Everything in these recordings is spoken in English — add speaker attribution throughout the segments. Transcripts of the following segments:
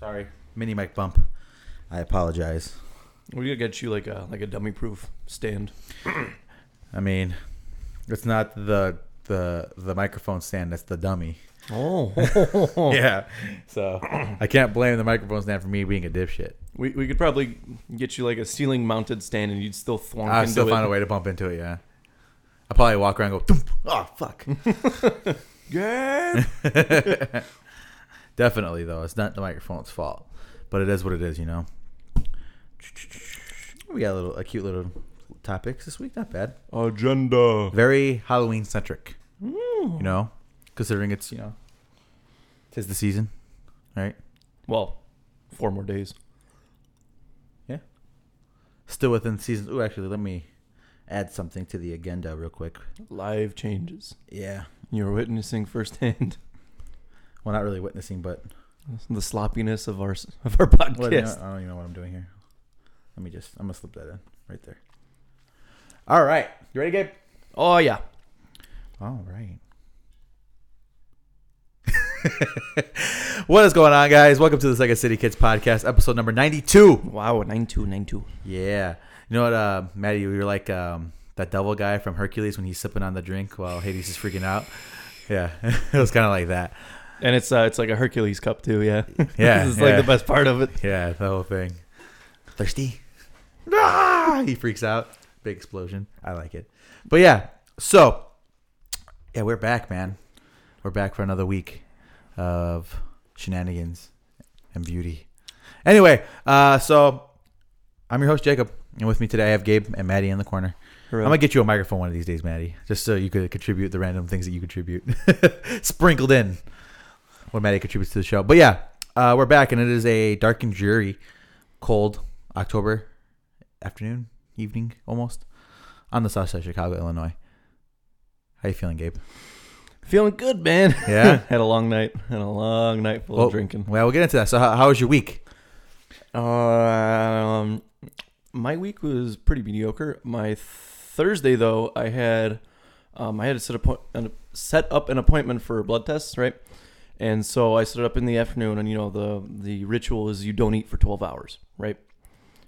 Speaker 1: Sorry, mini mic bump. I apologize.
Speaker 2: We're gonna get you like a like a dummy proof stand.
Speaker 1: I mean, it's not the the the microphone stand that's the dummy.
Speaker 2: Oh,
Speaker 1: Yeah. So I can't blame the microphone stand for me being a dipshit.
Speaker 2: we, we could probably get you like a ceiling mounted stand, and you'd still thwonk into
Speaker 1: I Ah, still
Speaker 2: it.
Speaker 1: find a way to bump into it. Yeah. I probably walk around and go, Thump! oh fuck.
Speaker 2: Yeah.
Speaker 1: Definitely though, it's not the microphone's fault, but it is what it is, you know. We got a little, a cute little topics this week. Not bad.
Speaker 2: Agenda.
Speaker 1: Very Halloween centric, you know, considering it's you know, tis the season, right?
Speaker 2: Well, four more days.
Speaker 1: Yeah. Still within season. Ooh, actually, let me add something to the agenda real quick.
Speaker 2: Live changes.
Speaker 1: Yeah.
Speaker 2: You're witnessing firsthand
Speaker 1: Well, not really witnessing, but
Speaker 2: the sloppiness of our s- of our podcast.
Speaker 1: Well, I don't even know what I'm doing here. Let me just. I'm gonna slip that in right there. All right, you ready, Gabe?
Speaker 2: Oh yeah.
Speaker 1: All right. what is going on, guys? Welcome to the Second City Kids podcast, episode number 92.
Speaker 2: Wow. Nine two nine two.
Speaker 1: Yeah. You know what, uh, Maddie, you're like um, that devil guy from Hercules when he's sipping on the drink while Hades is freaking out. Yeah, it was kind of like that.
Speaker 2: And it's uh, it's like a Hercules cup too. Yeah.
Speaker 1: Yeah,
Speaker 2: it's
Speaker 1: yeah.
Speaker 2: like the best part of it.
Speaker 1: Yeah, the whole thing. Thirsty? Ah! He freaks out. Big explosion. I like it. But yeah, so yeah, we're back, man. We're back for another week of shenanigans and beauty. Anyway, uh, so I'm your host Jacob, and with me today I have Gabe and Maddie in the corner. I'm gonna get you a microphone one of these days, Maddie, just so you could contribute the random things that you contribute, sprinkled in when Maddie contributes to the show. But yeah, uh, we're back, and it is a dark and dreary, cold October afternoon, evening, almost on the south side of Chicago, Illinois. How you feeling, Gabe?
Speaker 2: Feeling good, man.
Speaker 1: Yeah?
Speaker 2: Had a long night. Had a long night full
Speaker 1: Well,
Speaker 2: of drinking.
Speaker 1: Well, we'll get into that. So, how, how was your week?
Speaker 2: Um, my week was pretty mediocre. My Thursday though, I had, um, I had to set appoint- an- set up an appointment for blood tests, right? And so I set it up in the afternoon, and you know the the ritual is you don't eat for twelve hours, right?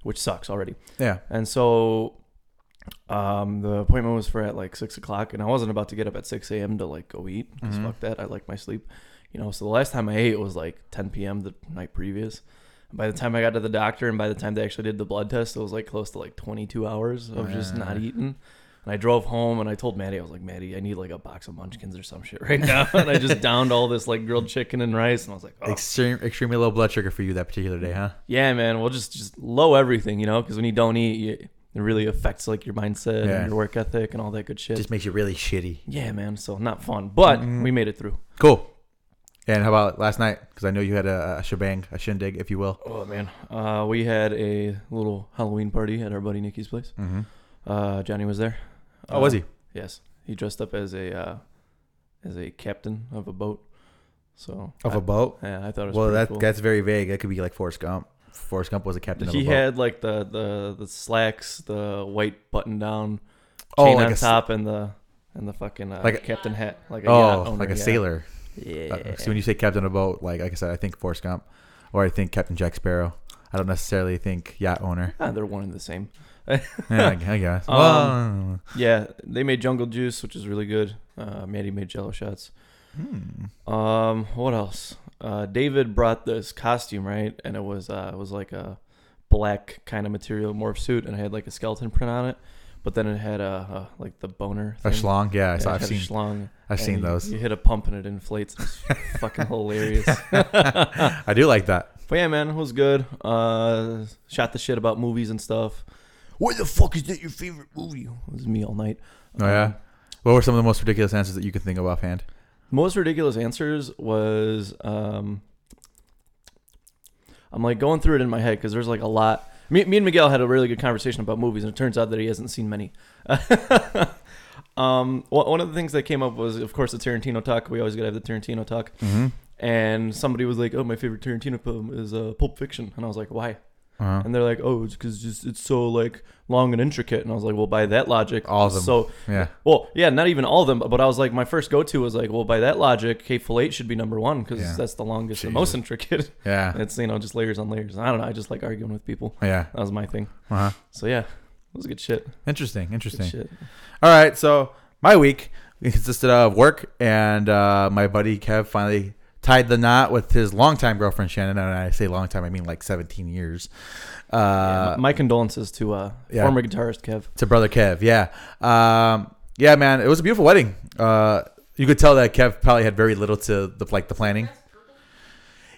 Speaker 2: Which sucks already.
Speaker 1: Yeah,
Speaker 2: And so, um, the appointment was for at like six o'clock, and I wasn't about to get up at six a.m. to like go eat. 'cause
Speaker 1: Mhm.
Speaker 2: fuck that, I like my sleep. You know, so the last time I ate was like ten p.m. the night previous. And by the time I got to the doctor, and by the time they actually did the blood test, it was like close to like twenty-two hours of just not
Speaker 1: Wow.
Speaker 2: eating. And I drove home, and I told Maddie, I was like, Maddie, I need like a box of Munchkins or some shit right now. and I just downed all this like grilled chicken and rice, and I was like, oh,
Speaker 1: extreme, extremely low blood sugar for you that particular day, huh?
Speaker 2: yeah, man. Well, just just low everything, you know, because when you don't eat, you, it really affects like your mindset
Speaker 1: Yeah.
Speaker 2: and your work ethic and all that good shit.
Speaker 1: Just makes you really shitty.
Speaker 2: yeah, man. So not fun, but
Speaker 1: Mhm.
Speaker 2: we made it through.
Speaker 1: Cool. And how about last night? Because I know you had a, a shebang, a shindig, if you will.
Speaker 2: Oh man, uh, we had a little Halloween party at our buddy Nikki's place.
Speaker 1: Mm-hmm.
Speaker 2: Uh, Johnny was there.
Speaker 1: Oh, was
Speaker 2: Uh,
Speaker 1: he?
Speaker 2: Yes, he dressed up as a uh, as a captain of a boat. So
Speaker 1: Of
Speaker 2: I-
Speaker 1: a boat?
Speaker 2: yeah, I thought it was
Speaker 1: Well,
Speaker 2: pretty
Speaker 1: that
Speaker 2: cool.
Speaker 1: that's very vague. That could be like Forrest Gump. Forrest Gump was a captain of a
Speaker 2: he
Speaker 1: boat.
Speaker 2: had like the, the the slacks, the white button down,
Speaker 1: Oh,
Speaker 2: chain
Speaker 1: like
Speaker 2: on
Speaker 1: a s-
Speaker 2: top, and the and the fucking uh,
Speaker 1: Like a-
Speaker 2: captain hat, like a yacht
Speaker 1: oh,
Speaker 2: owner,
Speaker 1: like a
Speaker 2: yeah.
Speaker 1: sailor.
Speaker 2: Yeah.
Speaker 1: Uh, so when you say captain of a boat, like like I said, I think Forrest Gump, or I think Captain Jack Sparrow. I don't necessarily think yacht owner.
Speaker 2: Ah, they're one and the same.
Speaker 1: yeah, I gu- I guess.
Speaker 2: Um,
Speaker 1: well,
Speaker 2: Yeah, they made jungle juice, which is really good. Uh, Maddie made jello shots.
Speaker 1: hmm.
Speaker 2: Um, what else? Uh, David brought this costume, right? And it was uh, it was like a black kind of material morph suit, and it had like a skeleton print on it. But then it had a, a like the boner.
Speaker 1: a
Speaker 2: Thing.
Speaker 1: schlong. Yeah, I
Speaker 2: Yeah,
Speaker 1: saw,
Speaker 2: it
Speaker 1: I've
Speaker 2: had a
Speaker 1: seen
Speaker 2: schlong.
Speaker 1: I've
Speaker 2: and
Speaker 1: seen
Speaker 2: you-
Speaker 1: those.
Speaker 2: You hit a pump and it inflates. It's fucking hilarious.
Speaker 1: I do like that.
Speaker 2: But yeah, man, it was good. Uh, shot the shit about movies and stuff. What the fuck is that your favorite movie? It was me all night. Um,
Speaker 1: Oh yeah. What were some of the most ridiculous answers that you could think of offhand?
Speaker 2: Most ridiculous answers was um, I'm like going through it in my head because there's like a lot. Me, me and Miguel had a really good conversation about movies, and it turns out that he hasn't seen many. um, one one of the things that came up was, of course, the Tarantino talk. We always gotta have the Tarantino talk.
Speaker 1: Mm-hmm.
Speaker 2: and somebody was like, "Oh, my favorite Tarantino film is uh, Pulp Fiction," and I was like, "Why?"
Speaker 1: Uh-huh.
Speaker 2: And they're like, oh, it's because just it's so like long and intricate. And I was like, well, by that logic,
Speaker 1: All of them.
Speaker 2: So
Speaker 1: Yeah.
Speaker 2: well, yeah, not even all of them, but I was like, my first go to was like, well, by that logic, Hateful Eight should be number one because
Speaker 1: Yeah.
Speaker 2: that's the longest and most intricate.
Speaker 1: Yeah.
Speaker 2: it's you know just layers on layers. I don't know. I just like arguing with people.
Speaker 1: Yeah.
Speaker 2: That was my thing.
Speaker 1: Uh-huh.
Speaker 2: So yeah, it was good shit.
Speaker 1: Interesting.
Speaker 2: Good
Speaker 1: Interesting.
Speaker 2: shit.
Speaker 1: All right, so my week consisted of work, and uh, my buddy Kev finally tied the knot with his longtime girlfriend Shannon. And I say longtime, I mean like 17 years.
Speaker 2: Yeah,
Speaker 1: Uh,
Speaker 2: my my condolences to uh,
Speaker 1: yeah.
Speaker 2: former guitarist Kev.
Speaker 1: to brother Kev, yeah, um, yeah, man, it was a beautiful wedding. Uh, you could tell that Kev probably had very little to the like the planning.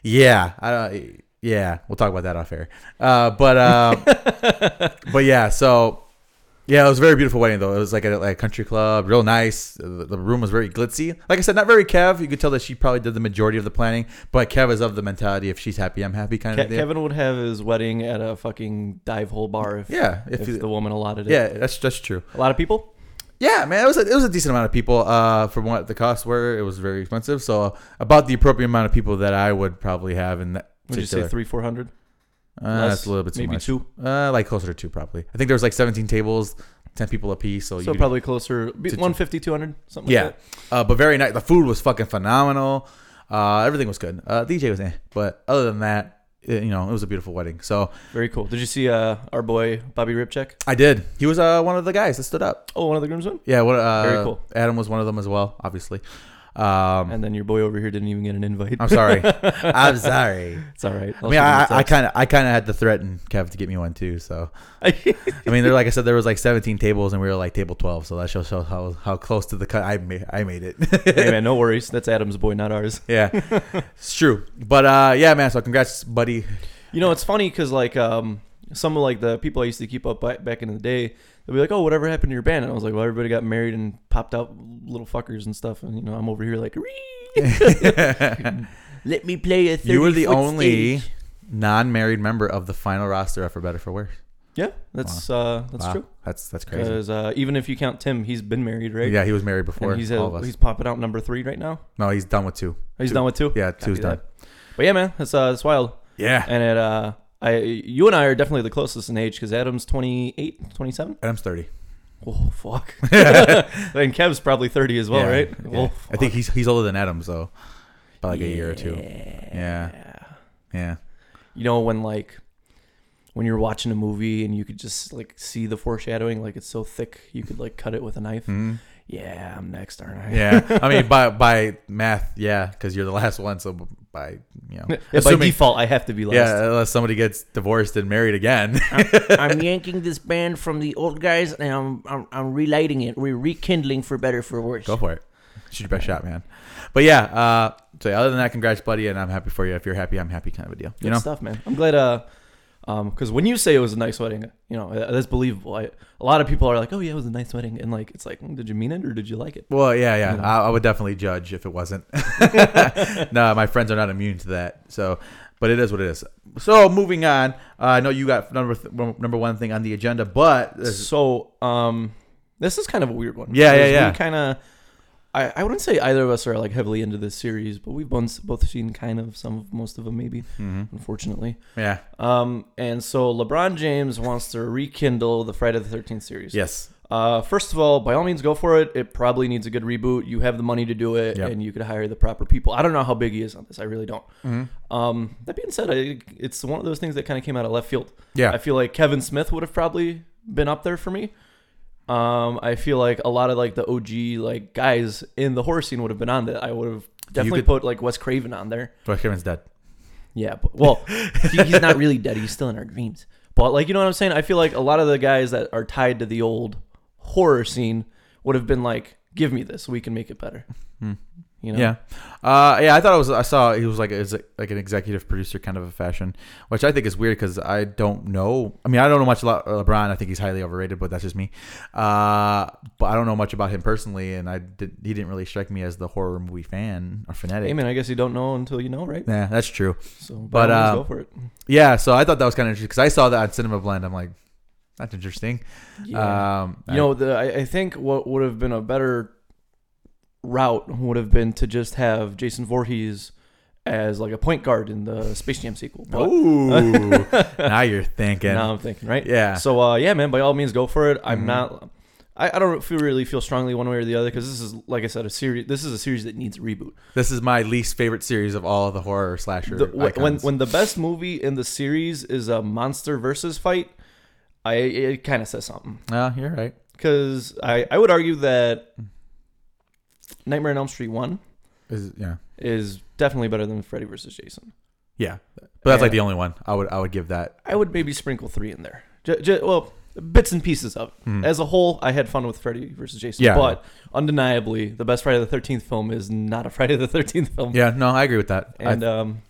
Speaker 1: Yeah, I don't. Yeah, we'll talk about that off air. Uh, but uh, but yeah, so yeah, it was a very beautiful wedding though. It was like at like a country club, real nice. The, the room was very glitzy. Like I said, not very Kev. You could tell that she probably did the majority of the planning, but Kev is of the mentality if she's happy, I'm happy kind
Speaker 2: Ke-
Speaker 1: of thing.
Speaker 2: Kevin would have his wedding at a fucking dive hole bar if
Speaker 1: yeah,
Speaker 2: if,
Speaker 1: if, you
Speaker 2: the woman allotted it.
Speaker 1: yeah, that's that's true.
Speaker 2: a lot of people.
Speaker 1: Yeah, man, it was a, it was a decent amount of people. Uh, from what the costs were, it was very expensive. So about the appropriate amount of people that I would probably have in that.
Speaker 2: Would you say
Speaker 1: particular-
Speaker 2: three, four hundred?
Speaker 1: Uh, that's a little bit too
Speaker 2: maybe
Speaker 1: much.
Speaker 2: two.
Speaker 1: Uh, like closer to two probably. I think there was like 17 tables, 10 people apiece. So,
Speaker 2: So,
Speaker 1: you could-
Speaker 2: probably closer, be-
Speaker 1: to two.
Speaker 2: 150, 200, something
Speaker 1: yeah.
Speaker 2: like that.
Speaker 1: Uh, but very nice. The food was fucking phenomenal. Uh, everything was good. Uh, DJ was eh, but other than that, it, you know, it was a beautiful wedding. So
Speaker 2: Very cool. Did you see uh, our boy Bobby Ripcheck?
Speaker 1: I did. He was uh one of the guys that stood up.
Speaker 2: Oh, one of the groomsmen.
Speaker 1: Yeah. What? Uh,
Speaker 2: Very cool.
Speaker 1: Adam was one of them as well, obviously. Um,
Speaker 2: And then your boy over here didn't even get an invite.
Speaker 1: I'm sorry. I'm sorry.
Speaker 2: It's all right.
Speaker 1: I mean, I I kind of I kind of had to threaten Kev to get me one too. So
Speaker 2: of.
Speaker 1: I mean, there like I said, there was like 17 tables and we were like table 12. So that shows shows how how close to the cut I made I made it.
Speaker 2: hey man, no worries. That's Adam's boy, not ours.
Speaker 1: yeah, it's true. But uh, yeah, man. So congrats, buddy.
Speaker 2: You know, it's funny because like um, some of like the people I used to keep up by, back in the day, they'd be like, "Oh, whatever happened to your band?" And I was like, "Well, everybody got married and popped out, little fuckers and stuff." And you know, I'm over here like, "Let me play a."
Speaker 1: you were the
Speaker 2: 30-foot
Speaker 1: only
Speaker 2: stage."
Speaker 1: non-married member of the final roster of For Better For Worse.
Speaker 2: Yeah, that's uh, that's
Speaker 1: Wow.
Speaker 2: true.
Speaker 1: That's that's crazy.
Speaker 2: Because uh, even if you count Tim, he's been married, right?
Speaker 1: Yeah, he was married before
Speaker 2: and he's
Speaker 1: all
Speaker 2: uh
Speaker 1: of us.
Speaker 2: he's popping out number three right now. Oh,
Speaker 1: no, he's done with two.
Speaker 2: He's
Speaker 1: Two.
Speaker 2: done with two.
Speaker 1: Yeah,
Speaker 2: Copy
Speaker 1: two's done.
Speaker 2: that. But yeah, man, that's uh, that's wild.
Speaker 1: Yeah,
Speaker 2: And it uh, I you and I are definitely the closest in age because Adam's 28, 27.
Speaker 1: Adam's 30.
Speaker 2: Oh fuck! and Kev's probably thirty as well,
Speaker 1: Yeah,
Speaker 2: right?
Speaker 1: yeah.
Speaker 2: Oh,
Speaker 1: I think he's he's older than Adam, so by like a year or two. Yeah, yeah.
Speaker 2: You know when like when you're watching a movie and you could just like see the foreshadowing, like it's so thick you could like cut it with a knife.
Speaker 1: Mhm.
Speaker 2: Yeah, I'm next, aren't I?
Speaker 1: Yeah, I mean by by math, yeah, because you're the last one. So by you know,
Speaker 2: Yeah, by
Speaker 1: assuming,
Speaker 2: default, I have to be last.
Speaker 1: yeah, unless somebody gets divorced and married again.
Speaker 3: I'm yanking this band from the old guys and I'm I'm, I'm relighting it. We're rekindling for better for worse.
Speaker 1: Go for it. Shoot your best shot, man. But yeah, uh, so other than that, congrats, buddy, and I'm happy for you. If you're happy, I'm happy, kind of a deal.
Speaker 2: Good
Speaker 1: you know,
Speaker 2: stuff, man. I'm glad. Uh, um, because when you say it was a nice wedding, you know uh, that's believable. I, a lot of people are like, "Oh yeah, it was a nice wedding," and like it's like, mm, "Did you mean it or did you like it?"
Speaker 1: Well, yeah, yeah.
Speaker 2: You know.
Speaker 1: I, I would definitely judge if it wasn't. no, my friends are not immune to that. So, but it is what it is. So, moving on. Uh, I know you got number th- number one thing on the agenda, but this-
Speaker 2: So, um, this is kind of a weird one.
Speaker 1: Yeah, yeah,
Speaker 2: Because
Speaker 1: yeah.
Speaker 2: We kind of, I, I wouldn't say either of us are like heavily into this series, but we've both both seen kind of some of most of them, maybe.
Speaker 1: Mm-hmm.
Speaker 2: Unfortunately,
Speaker 1: yeah,
Speaker 2: um, and so LeBron James wants to rekindle the Friday the Thirteenth series.
Speaker 1: yes,
Speaker 2: Uh, first of all, by all means, go for it. It probably needs a good reboot. You have the money to do it,
Speaker 1: Yep.
Speaker 2: and you could hire the proper people. I don't know how big he is on this. I really don't.
Speaker 1: Mm-hmm.
Speaker 2: Um, that being said, I, it's one of those things that kind of came out of left field.
Speaker 1: Yeah.
Speaker 2: I feel like Kevin Smith would have probably been up there for me. Um, I feel like a lot of like the OG like guys in the horror scene would have been on that. I would have definitely
Speaker 1: could-
Speaker 2: put like Wes Craven on there.
Speaker 1: Josh Kevin's dead.
Speaker 2: Yeah, but, well, he, he's not really dead. He's still in our dreams. But like, you know what I'm saying? I feel like a lot of the guys that are tied to the old horror scene would have been like, "Give me this, we can make it better." You know?
Speaker 1: Yeah, uh, yeah. I thought it was. I saw he was like is like an executive producer kind of a fashion, which I think is weird because I don't know. I mean, I don't know much about LeBron. I think he's highly overrated, but that's just me. Uh, but I don't know much about him personally, and I did, he didn't really strike me as the horror movie fan or fanatic.
Speaker 2: Hey man, I guess you don't know until you know, right?
Speaker 1: Yeah, that's true.
Speaker 2: So,
Speaker 1: But,
Speaker 2: but uh,
Speaker 1: uh,
Speaker 2: go for it.
Speaker 1: Yeah, so I thought that was kind of interesting because I saw that on Cinema Blend. I'm like, that's interesting. Um,
Speaker 2: you know, the, I, I think what would have been a better route would have been to just have Jason Voorhees as like a point guard in the Space Jam sequel. But
Speaker 1: Ooh, now you're thinking.
Speaker 2: now I'm thinking, right?
Speaker 1: Yeah.
Speaker 2: So uh, yeah, man, by all means, go for it. I'm not. I, I don't feel really feel strongly one way or the other because this is like I said a series. This is a series that needs a reboot.
Speaker 1: This is my least favorite series of all the horror slasher.
Speaker 2: The, wh- when
Speaker 1: icons.
Speaker 2: when the best movie in the series is a monster versus fight, I it kind of says something
Speaker 1: oh, you're right.
Speaker 2: because I I would argue that Nightmare on Elm Street one
Speaker 1: Is- yeah,
Speaker 2: is definitely better than Freddy versus Jason.
Speaker 1: yeah, but that's like
Speaker 2: Yeah.
Speaker 1: the only one I would I would give that.
Speaker 2: I would maybe sprinkle three in there. J- j- well, bits and pieces of it.
Speaker 1: Mm.
Speaker 2: As a whole, I had fun with Freddy versus Jason.
Speaker 1: Hmm. Yeah.
Speaker 2: But undeniably, the best Friday the Thirteenth film is not a Friday the Thirteenth film.
Speaker 1: Yeah, no, I agree with that. I-
Speaker 2: And um,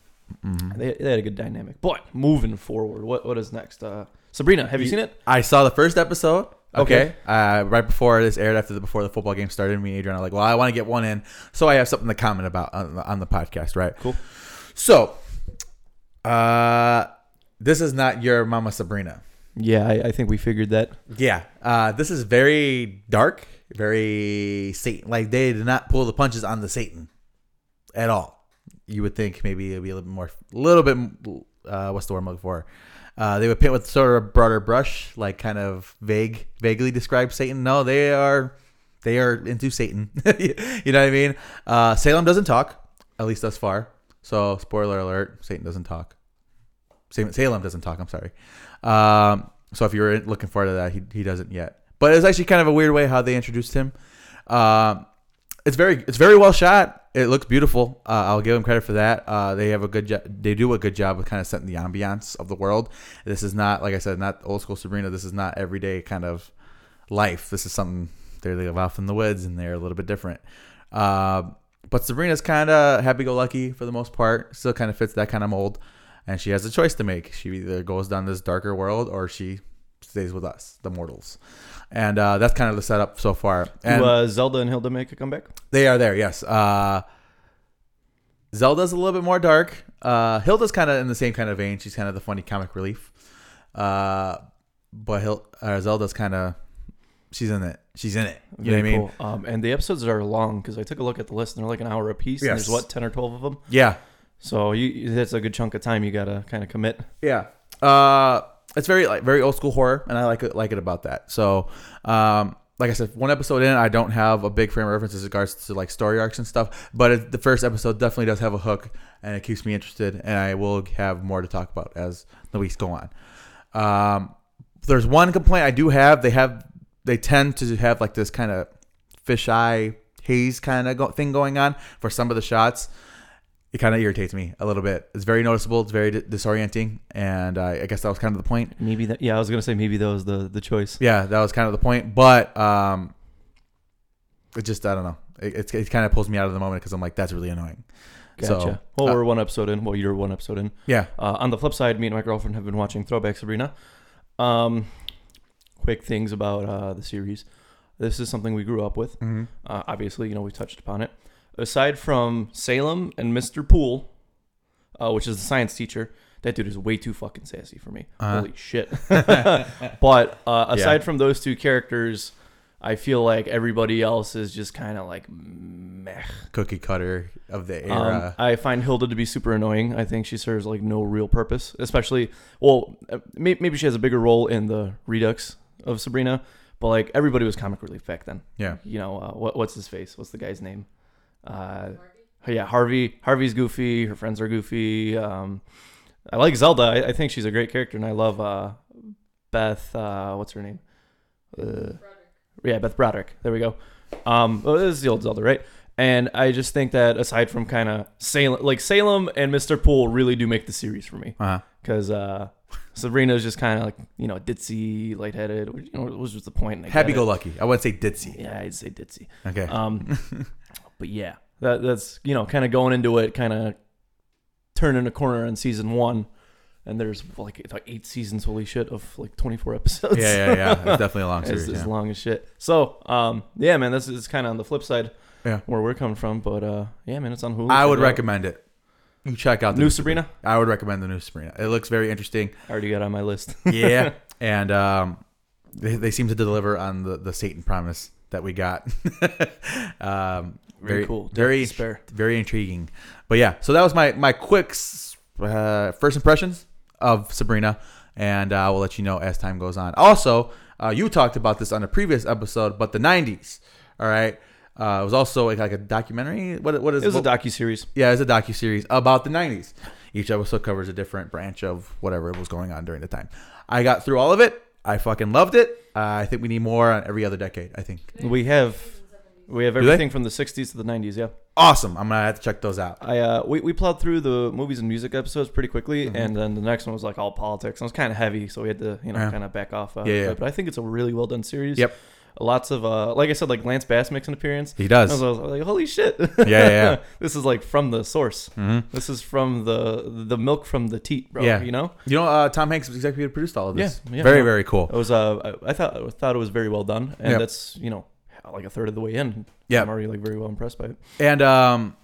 Speaker 1: mhm.
Speaker 2: they, they had a good dynamic. But moving forward, what what is next? Uh, Sabrina, have you seen it?
Speaker 1: I saw the first episode. Okay.
Speaker 2: Okay.
Speaker 1: Uh, right before this aired, after the before the football game started, me and Adrian are like, "Well, I want to get one in, so I have something to comment about on the, on the podcast." Right.
Speaker 2: Cool.
Speaker 1: So, uh, this is not your Mama Sabrina.
Speaker 2: Yeah, I, I think we figured that.
Speaker 1: Yeah. Uh, this is very dark, very Satan. Like they did not pull the punches on the Satan at all. You would think maybe it'd be a little bit more, a little bit. Uh, what's the word I'm looking for? Uh, they would paint with sort of a broader brush, like kind of vague, vaguely describe Satan. No, they are, they are into Satan. you know what I mean? Uh, Salem doesn't talk, at least thus far. So spoiler alert: Satan doesn't talk. Salem, Salem doesn't talk. I'm sorry. Um, so if you were looking forward to that, he, he doesn't yet. But it's actually kind of a weird way how they introduced him. Um, it's very it's very well shot. It looks beautiful. Uh, I'll give them credit for that. Uh, they have a good jo- they do a good job of kind of setting the ambiance of the world. This is not like I said, not old school Sabrina. This is not everyday kind of life. This is something they live off in the woods and they're a little bit different. Uh, but Sabrina's kind of happy go lucky for the most part. Still kind of fits that kind of mold. And she has a choice to make. She either goes down this darker world or she stays with us, the mortals. And uh, that's kind of the setup so far. And
Speaker 2: Do uh, Zelda and Hilda make a comeback?
Speaker 1: they are there, yes. Uh, Zelda's a little bit more dark. Uh, Hilda's kind of in the same kind of vein. She's kind of the funny comic relief. Uh, but Hil- uh, Zelda's kind of, she's in it. She's in it. You know what I
Speaker 2: Very
Speaker 1: mean?
Speaker 2: cool. Um, and the episodes are long because I took a look at the list and they're like an hour apiece. And
Speaker 1: Yes.
Speaker 2: there's what ten or twelve of them.
Speaker 1: Yeah.
Speaker 2: So you that's a good chunk of time you gotta kind of commit.
Speaker 1: Yeah. Uh, it's very like very old school horror, and I like it like it about that. So, um, like I said, one episode in, I don't have a big frame of reference as regards to like story arcs and stuff, but it, the first episode definitely does have a hook, and it keeps me interested, and I will have more to talk about as the weeks go on. Um, there's one complaint I do have. They have they tend to have like this kind of fisheye haze kind of go- thing going on for some of the shots it kind of irritates me a little bit. It's very noticeable. It's very di- disorienting, and uh, I guess that was kind of the point.
Speaker 2: Maybe that. Yeah, I was gonna say maybe that was the the choice.
Speaker 1: Yeah, that was kind of the point. But um, it just I don't know. It, it's it kind of pulls me out of the moment because I'm like that's really annoying.
Speaker 2: Gotcha.
Speaker 1: So,
Speaker 2: well,
Speaker 1: uh,
Speaker 2: we're one episode in. Well, you're one episode in.
Speaker 1: Yeah,
Speaker 2: Uh, on the flip side, me and my girlfriend have been watching Throwback Sabrina. Um, quick things about uh, the series. This is something we grew up with.
Speaker 1: mm-hmm.
Speaker 2: Uh, obviously, you know we touched upon it. Aside from Salem and Mr. Poole, uh, which is the science teacher, that dude is way too fucking sassy for me.
Speaker 1: Uh-huh.
Speaker 2: Holy shit! but uh, aside
Speaker 1: Yeah.
Speaker 2: from those two characters, I feel like everybody else is just kind of like meh.
Speaker 1: cookie cutter of the
Speaker 2: Um,
Speaker 1: era.
Speaker 2: I find Hilda to be super annoying. I think she serves like no real purpose, especially well, uh, may- maybe she has a bigger role in the Redux of Sabrina, but like everybody was comic relief back then.
Speaker 1: yeah,
Speaker 2: You know, uh, what what's his face? What's the guy's name? Uh, yeah, Harvey. Harvey's goofy. Her friends are goofy. Um, I like Zelda. I, I think she's a great character, and I love uh, Beth. Uh, what's her name? Uh, yeah, Beth Broderick. There we go. Um, well, this is the old Zelda, right? And I just think that aside from kind of Salem, like Salem and Mr. Poole really do make the series for me
Speaker 1: uh-huh.
Speaker 2: because uh, Sabrina's just kind of like you know ditzy, lightheaded. which, You know, what was just the point? and I get
Speaker 1: happy
Speaker 2: it.
Speaker 1: go lucky. I wouldn't say ditzy.
Speaker 2: Yeah, I'd say ditzy.
Speaker 1: Okay,
Speaker 2: Um, but yeah, that, that's you know kind of going into it, kind of turning a corner on season one, and there's like it's like eight seasons. Holy shit, of like twenty four episodes.
Speaker 1: yeah, yeah, yeah. It's definitely a long
Speaker 2: It's
Speaker 1: series.
Speaker 2: as
Speaker 1: yeah.
Speaker 2: long as shit. So, um, yeah, man, this is kind of on the flip side,
Speaker 1: Yeah.
Speaker 2: where we're coming from. But uh, yeah, man, it's on Hulu.
Speaker 1: I would
Speaker 2: Check it out.
Speaker 1: recommend it. You check out the
Speaker 2: New Sabrina.
Speaker 1: I would recommend the new Sabrina. It looks very interesting.
Speaker 2: I already got it on my list.
Speaker 1: yeah and um they, they seem to deliver on the the satan promise that we got um
Speaker 2: Very,
Speaker 1: Very-
Speaker 2: cool.
Speaker 1: very-
Speaker 2: spare.
Speaker 1: very intriguing. But yeah, so that was my my quick s- uh, first impressions of Sabrina, and uh, we'll let you know as time goes on. Also, uh, you talked about this on a previous episode, but the '90s. All right, uh, it was also like, like a documentary. What what is
Speaker 2: It was a
Speaker 1: what-
Speaker 2: docu series.
Speaker 1: yeah, it's a docu series about the '90s. Each episode covers a different branch of whatever was going on during the time. I got through all of it. I fucking loved it. Uh, I think we need more on every other decade. I think
Speaker 2: We have we have
Speaker 1: Do they?
Speaker 2: everything from the 60s to the 90s. Yeah.
Speaker 1: awesome. I'm gonna have to check those out.
Speaker 2: I uh, we, we plowed through the movies and music episodes pretty quickly,
Speaker 1: Mm-hmm.
Speaker 2: and then the next one was like all politics. And it was kind of heavy, so we had to you know
Speaker 1: Yeah.
Speaker 2: kind of back off. Uh,
Speaker 1: Yeah, yeah.
Speaker 2: But I think it's a really well done series.
Speaker 1: Yep.
Speaker 2: Lots of uh, like I said, like Lance Bass makes an appearance.
Speaker 1: He does.
Speaker 2: I was, I was like, holy shit!
Speaker 1: yeah, yeah.
Speaker 2: this is like from the source.
Speaker 1: Mhm.
Speaker 2: This is from the the milk from the teat, bro.
Speaker 1: Yeah.
Speaker 2: You know,
Speaker 1: You know, uh, Tom Hanks executive produced all of this.
Speaker 2: Yeah, yeah.
Speaker 1: very, very cool.
Speaker 2: it was uh, I, I thought I thought it was very well done, and
Speaker 1: Yeah.
Speaker 2: that's you know like a third of the way in.
Speaker 1: Yeah.
Speaker 2: I'm already like very well impressed by it.
Speaker 1: And um,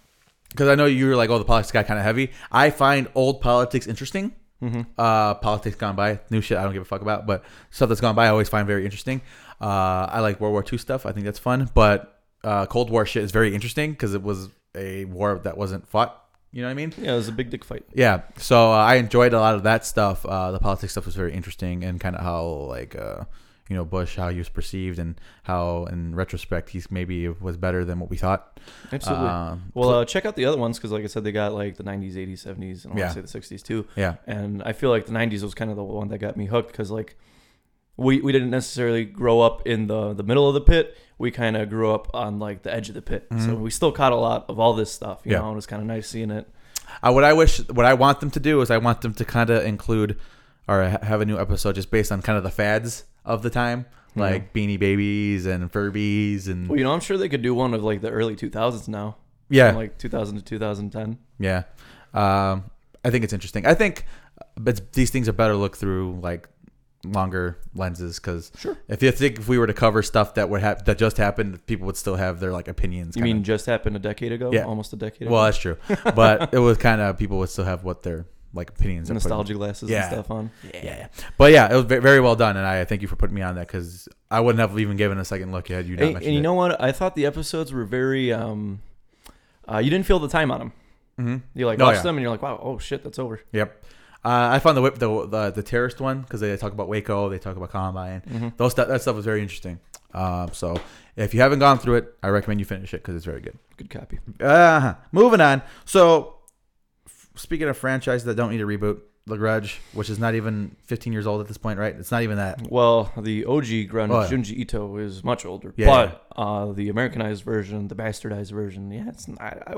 Speaker 1: because I know you were like, oh, the politics got kind of heavy. I find old politics interesting.
Speaker 2: Mm-hmm.
Speaker 1: Uh, politics gone by, new shit I don't give a fuck about, but stuff that's gone by I always find very interesting. Uh, I like World War II stuff. I think that's fun, but uh, Cold War shit is very interesting because it was a war that wasn't fought. You know what I mean?
Speaker 2: Yeah, it was a big dick fight.
Speaker 1: Yeah. So uh, I enjoyed a lot of that stuff. Uh, the politics stuff was very interesting and kind of how like uh, you know Bush, how he was perceived and how in retrospect he's maybe was better than what we thought.
Speaker 2: Absolutely.
Speaker 1: Um,
Speaker 2: Well, uh, check out the other ones because, like I said, they got like the 90s, 80s, 70s, and I
Speaker 1: Yeah.
Speaker 2: want to say the 60s too.
Speaker 1: yeah.
Speaker 2: And I feel like the 90s was kind of the one that got me hooked because, like, we, we didn't necessarily grow up in the, the middle of the pit. We kind of grew up on like the edge of the pit. So
Speaker 1: Mhm.
Speaker 2: we still caught a lot of all this stuff, you
Speaker 1: Yeah.
Speaker 2: know, and it was kind of nice seeing it.
Speaker 1: I, what I wish, what I want them to do is I want them to kind of include or ha- have a new episode just based on kind of the fads of the time, like Beanie Babies and Furbies and
Speaker 2: Well, you know, I'm sure they could do one of like the early 2000s now,
Speaker 1: yeah,
Speaker 2: from, like 2000 to 2010.
Speaker 1: Yeah. Um, I think it's interesting. I think but these things are better looked through like longer lenses because
Speaker 2: Sure.
Speaker 1: if you think if we were to cover stuff that would hap- that just happened, people would still have their like opinions.
Speaker 2: You
Speaker 1: kinda-
Speaker 2: mean just happened a decade ago?
Speaker 1: Yeah.
Speaker 2: Almost a decade
Speaker 1: well,
Speaker 2: ago.
Speaker 1: that's true, but it was kind of people would still have what their like opinions. are put in.
Speaker 2: Nostalgia glasses
Speaker 1: Yeah.
Speaker 2: and stuff on.
Speaker 1: Yeah, yeah. But yeah, it was ve- very well done, and I thank you for putting me on that because I wouldn't have even given a second look had you not
Speaker 2: And,
Speaker 1: mentioned
Speaker 2: and you
Speaker 1: it.
Speaker 2: know what? I thought the episodes were very. Um, uh, you didn't feel the time on them.
Speaker 1: Mhm.
Speaker 2: You like
Speaker 1: Oh,
Speaker 2: watch
Speaker 1: yeah.
Speaker 2: them and you're like, wow, oh shit, that's over.
Speaker 1: Yep. Uh, I found the whip the the, the terrorist one because they talk about Waco, they talk about Columbine, those stuff that stuff was very interesting. Um, so if you haven't gone through it, I recommend you finish it because it's very good.
Speaker 2: Good copy.
Speaker 1: Uh, moving on. So f- speaking of franchises that don't need a reboot, The Grudge, which is not even 15 years old at this point, right? It's not even that.
Speaker 2: Well, the OG grunge
Speaker 1: Oh, yeah.
Speaker 2: Junji Ito is much older,
Speaker 1: Yeah,
Speaker 2: but uh, the Americanized version, the bastardized version, yeah, it's not. I,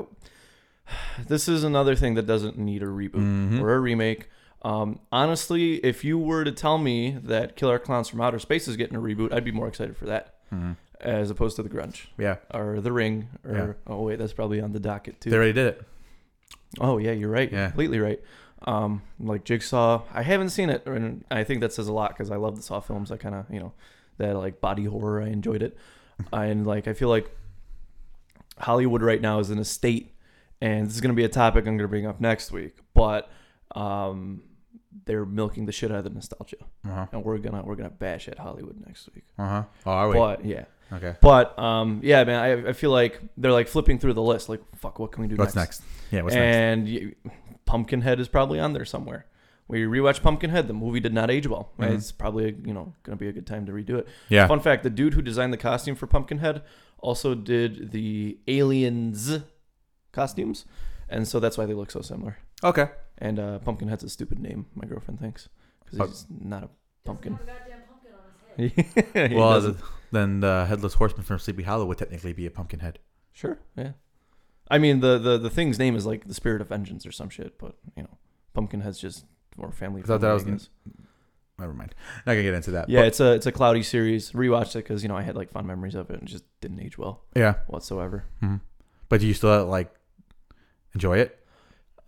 Speaker 2: this is another thing that doesn't need a reboot
Speaker 1: Mm-hmm.
Speaker 2: or a remake. Um, honestly, if you were to tell me that Killer Clowns from Outer Space is getting a reboot, I'd be more excited for that as opposed to the grunge
Speaker 1: Mm-hmm. Yeah,
Speaker 2: or the Ring or
Speaker 1: Yeah.
Speaker 2: oh wait, that's probably on the docket too.
Speaker 1: they already did it.
Speaker 2: Oh yeah, you're right.
Speaker 1: Yeah.
Speaker 2: completely right. Um, like Jigsaw, I haven't seen it, and I think that says a lot because I love the Saw films. I kind of you know that like body horror. I enjoyed it, and like I feel like Hollywood right now is in a state, and this is gonna be a topic I'm gonna bring up next week. But um, they're milking the shit out of the nostalgia,
Speaker 1: Uh huh.
Speaker 2: and we're gonna we're gonna bash at Hollywood next week.
Speaker 1: Uh huh. Oh, are we?
Speaker 2: But yeah,
Speaker 1: okay.
Speaker 2: but um, yeah, man, I, I feel like they're like flipping through the list. Like, fuck, what can we do
Speaker 1: What's
Speaker 2: next?
Speaker 1: next? Yeah. What's next?
Speaker 2: and you, Pumpkinhead is probably on there somewhere. We rewatched Pumpkinhead. The movie did not age well.
Speaker 1: Mhm.
Speaker 2: It's probably you know going to be a good time to redo it.
Speaker 1: Yeah.
Speaker 2: Fun fact: the dude who designed the costume for Pumpkinhead also did the aliens costumes, and so that's why they look so similar.
Speaker 1: Okay.
Speaker 2: And uh, Pumpkinhead's a stupid name. My girlfriend thinks
Speaker 1: Uh,
Speaker 2: because he's not a pumpkin. He
Speaker 1: well,
Speaker 2: doesn't.
Speaker 1: then the headless horseman from Sleepy Hollow would technically be a pumpkin head.
Speaker 2: Sure. Yeah. I mean the, the the thing's name is like the Spirit of Vengeance or some shit, but you know, Pumpkinhead's just more family.
Speaker 1: I thought that
Speaker 2: friendly,
Speaker 1: was
Speaker 2: I
Speaker 1: uh,
Speaker 2: guess.
Speaker 1: Never mind. Not gonna get into that.
Speaker 2: yeah. It's a it's a cloudy series. Rewatched it because you know I had like fond memories of it and it just didn't age well
Speaker 1: But, yeah.
Speaker 2: whatsoever.
Speaker 1: Mhm. But do you still like enjoy it?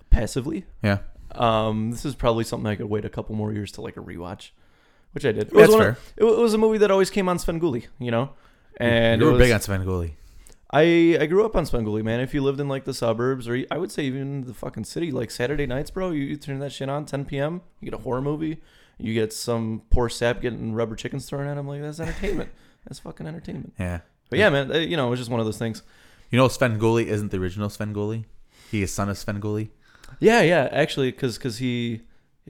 Speaker 2: Passively.
Speaker 1: Yeah.
Speaker 2: Um, this is probably something I could wait a couple more years to like a rewatch, which I did. It was
Speaker 1: That's
Speaker 2: one
Speaker 1: fair.
Speaker 2: of- it wa- it was a movie that always came on Svengoolie, you know, and
Speaker 1: you
Speaker 2: it
Speaker 1: were
Speaker 2: was-
Speaker 1: big on Svengoolie.
Speaker 2: I I grew up on Spenguli, man. If you lived in like the suburbs, or e- I would say even the fucking city, like Saturday nights, bro, you, you turn that shit on 10 p.m. You get a horror movie, you get some poor sap getting rubber chickens thrown at him. Like that's entertainment. that's fucking entertainment.
Speaker 1: Yeah.
Speaker 2: But yeah, man, uh, you know, it was just one of those things.
Speaker 1: You know, Svengoolie isn't the original Svengoolie. He is son of Svengoolie.
Speaker 2: Yeah, yeah, actually, because he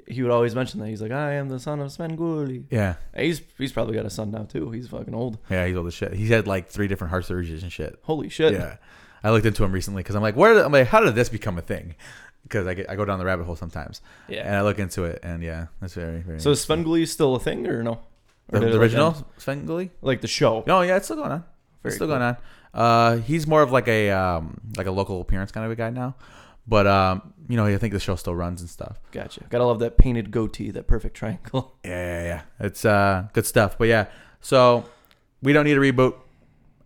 Speaker 2: he would always mention that he's like, I am the son of Svengoolie.
Speaker 1: Yeah,
Speaker 2: He's he's probably got a son now too. He's fucking old.
Speaker 1: yeah, he's old as shit. He's had like three different heart surgeries and shit.
Speaker 2: Holy shit.
Speaker 1: Yeah, I looked into him recently because I'm like, where? Did, I'm like, how did this become a thing? Because I, get- I go down the rabbit hole sometimes,
Speaker 2: Yeah.
Speaker 1: and I look into it, and yeah, that's very very.
Speaker 2: So is Svengoolie still a thing or no?
Speaker 1: the,
Speaker 2: Or did it,
Speaker 1: the
Speaker 2: like, um,
Speaker 1: original
Speaker 2: end?
Speaker 1: Svengoolie?
Speaker 2: like the show.
Speaker 1: No, yeah, it's still going on.
Speaker 2: Very
Speaker 1: it's still
Speaker 2: cool.
Speaker 1: going on. Uh, he's more of like a um, like a local appearance kind of a guy now, but um, you know, I think the show still runs and stuff.
Speaker 2: Gotcha. Gotta love that painted goatee, that perfect triangle.
Speaker 1: Yeah, yeah, yeah. It's uh, good stuff. But yeah, so we don't need a reboot,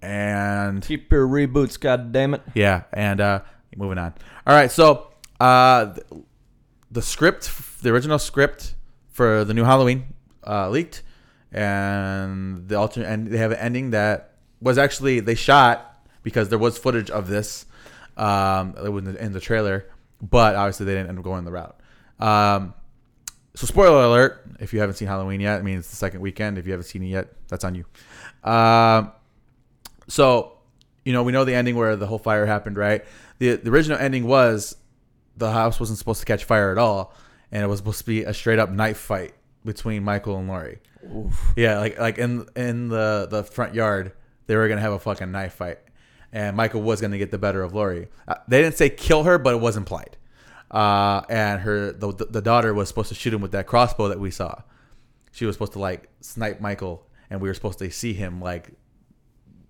Speaker 1: and
Speaker 2: Keep your reboots, god damn it.
Speaker 1: yeah, and uh, moving on. All right, so uh, th- the script, the original script for the new Halloween, uh, leaked, and the alternate, and they have an ending that was actually they shot because there was footage of this. Um, it was in the, in the trailer, but obviously they didn't end up going the route. Um, so spoiler alert if you haven't seen halloween yet i mean it's the second weekend if you haven't seen it yet that's on you um, so you know we know the ending where the whole fire happened right the, the original ending was the house wasn't supposed to catch fire at all and it was supposed to be a straight up knife fight between michael and laurie yeah like like in in the the front yard they were gonna have a fucking knife fight and michael was gonna get the better of laurie uh, they didn't say kill her but it was implied uh, and her the, the daughter was supposed to shoot him with that crossbow that we saw. She was supposed to like snipe Michael, and we were supposed to see him like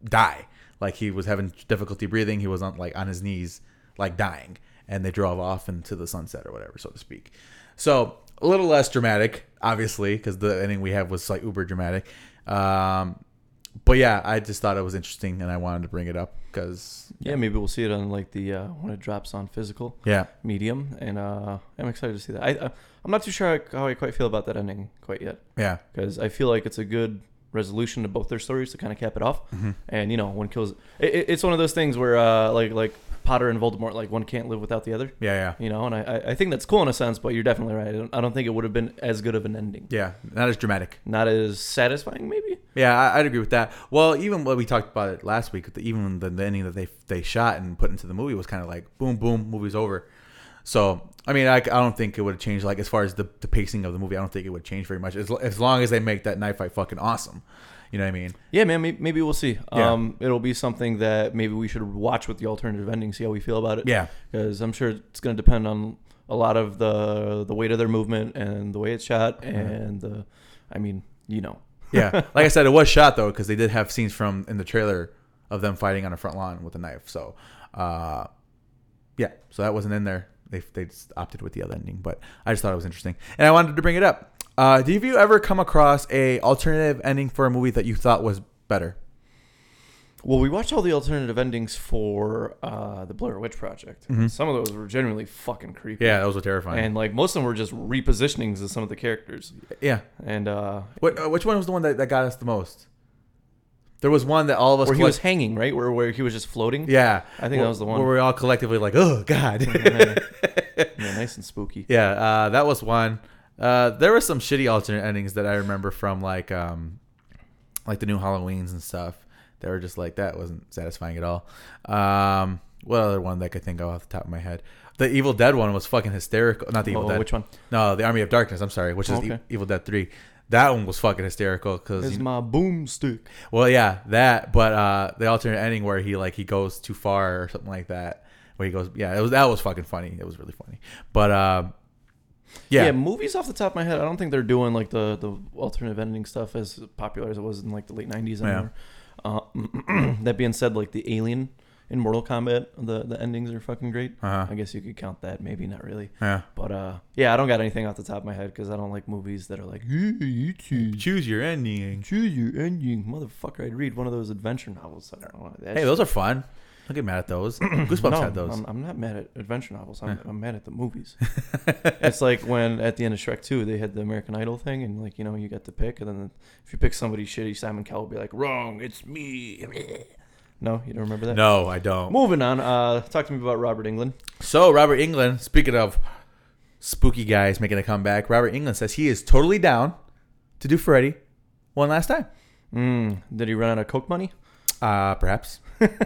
Speaker 1: die, like he was having difficulty breathing. He was on like on his knees, like dying, and they drove off into the sunset or whatever, so to speak. So a little less dramatic, obviously, because the ending we have was like uber dramatic. Um, but yeah, I just thought it was interesting, and I wanted to bring it up because
Speaker 2: Yeah, maybe we'll see it on like the uh, when it drops on physical
Speaker 1: yeah,
Speaker 2: medium, and uh, I'm excited to see that. I, I I'm not too sure how I quite feel about that ending quite yet.
Speaker 1: yeah,
Speaker 2: because I feel like it's a good resolution to both their stories to kind of cap it off. And you know, one kills. It, it- it's one of those things where uh, like like Potter and Voldemort, like one can't live without the other.
Speaker 1: yeah, yeah.
Speaker 2: You know, and I- I, I think that's cool in a sense, but you're definitely right. I don't, I don't think it would have been as good of an ending.
Speaker 1: Yeah, not as dramatic.
Speaker 2: Not as satisfying, maybe.
Speaker 1: Yeah, I, I'd agree with that. Well, even what we talked about it last week, the, even the, the ending that they they shot and put into the movie was kind of like boom, boom, movie's over. So I mean, I, I don't think it would have changed. Like as far as the, the pacing of the movie, I don't think it would change very much. As, lo- as long as they make that knife fight fucking awesome, you know what I mean?
Speaker 2: Yeah, man. Maybe, maybe we'll see.
Speaker 1: Yeah.
Speaker 2: Um, it'll be something that maybe we should watch with the alternative ending, see how we feel about it.
Speaker 1: Yeah,
Speaker 2: because I'm sure it's going to depend on a lot of the the weight of their movement and the way it's shot and the, I mean, you know,
Speaker 1: yeah. like I said, it was shot though because they did have scenes from in the trailer of them fighting on a front lawn with a knife. So, uh, yeah. So that wasn't in there. They they just opted with the other ending, but I just thought it was interesting, and I wanted to bring it up. Uh, have you ever come across a alternative ending for a movie that you thought was better?
Speaker 2: Well, we watched all the alternative endings for uh, the Blair Witch Project. Some of those were genuinely fucking creepy.
Speaker 1: Mm-hmm. Yeah, those were terrifying.
Speaker 2: And like most of them were just repositionings of some of the characters.
Speaker 1: yeah.
Speaker 2: And uh,
Speaker 1: What, uh, which one was the one that, that got us the most? There was one that all of us.
Speaker 2: where he
Speaker 1: collect-
Speaker 2: was hanging, right? Where where he was just floating.
Speaker 1: yeah,
Speaker 2: I think that was the one.
Speaker 1: where we all collectively like, oh god.
Speaker 2: Yeah, nice and spooky.
Speaker 1: Yeah, uh, that was one. Uh, there were some shitty alternate endings that I remember from like um, like the new Halloweens and stuff. That were just like that wasn't satisfying at all. Um, what other one that I could think of off the top of my head? The Evil Dead one was fucking hysterical. Not the Evil
Speaker 2: Oh,
Speaker 1: Dead.
Speaker 2: which one?
Speaker 1: No, the Army of Darkness. I'm sorry, which is
Speaker 2: Okay.
Speaker 1: E- Evil Dead Three. That one was fucking hysterical because
Speaker 2: Is my boomstick.
Speaker 1: well, yeah, that. But uh, the alternate ending where he like he goes too far or something like that. Where he goes, yeah, it was that was fucking funny. It was really funny. But um,
Speaker 2: Yeah.
Speaker 1: yeah,
Speaker 2: movies off the top of my head, I don't think they're doing like the the alternative ending stuff as popular as it was in like the late '90s. Anymore. Uh, that being said, like the Alien in Mortal Kombat, the the endings are fucking great.
Speaker 1: Uh-huh.
Speaker 2: I guess you could count that. Maybe not really.
Speaker 1: yeah.
Speaker 2: But uh, yeah, I don't got anything off the top of my head because I don't like movies that are like "Hey, you choose
Speaker 1: Choose your ending.
Speaker 2: choose your ending, motherfucker. I'd read one of those adventure novels. I don't know. That
Speaker 1: Hey,
Speaker 2: shit-
Speaker 1: those are fun. Don't get mad at those. Goosebumps
Speaker 2: no,
Speaker 1: had those.
Speaker 2: I'm, I'm not mad at adventure novels. I'm, I'm mad at the movies. it's like when at the end of Shrek 2, they had the American Idol thing, and like, you know, you got to pick, and then if you pick somebody shitty, Simon Cowell will be like, wrong, it's me. No, you don't remember that?
Speaker 1: no, I don't.
Speaker 2: Moving on, uh, talk to me about Robert England.
Speaker 1: So Robert England, speaking of spooky guys making a comeback, Robert England says he is totally down to do Freddy one last time.
Speaker 2: Mm, did he run out of Coke money?
Speaker 1: Uh, perhaps.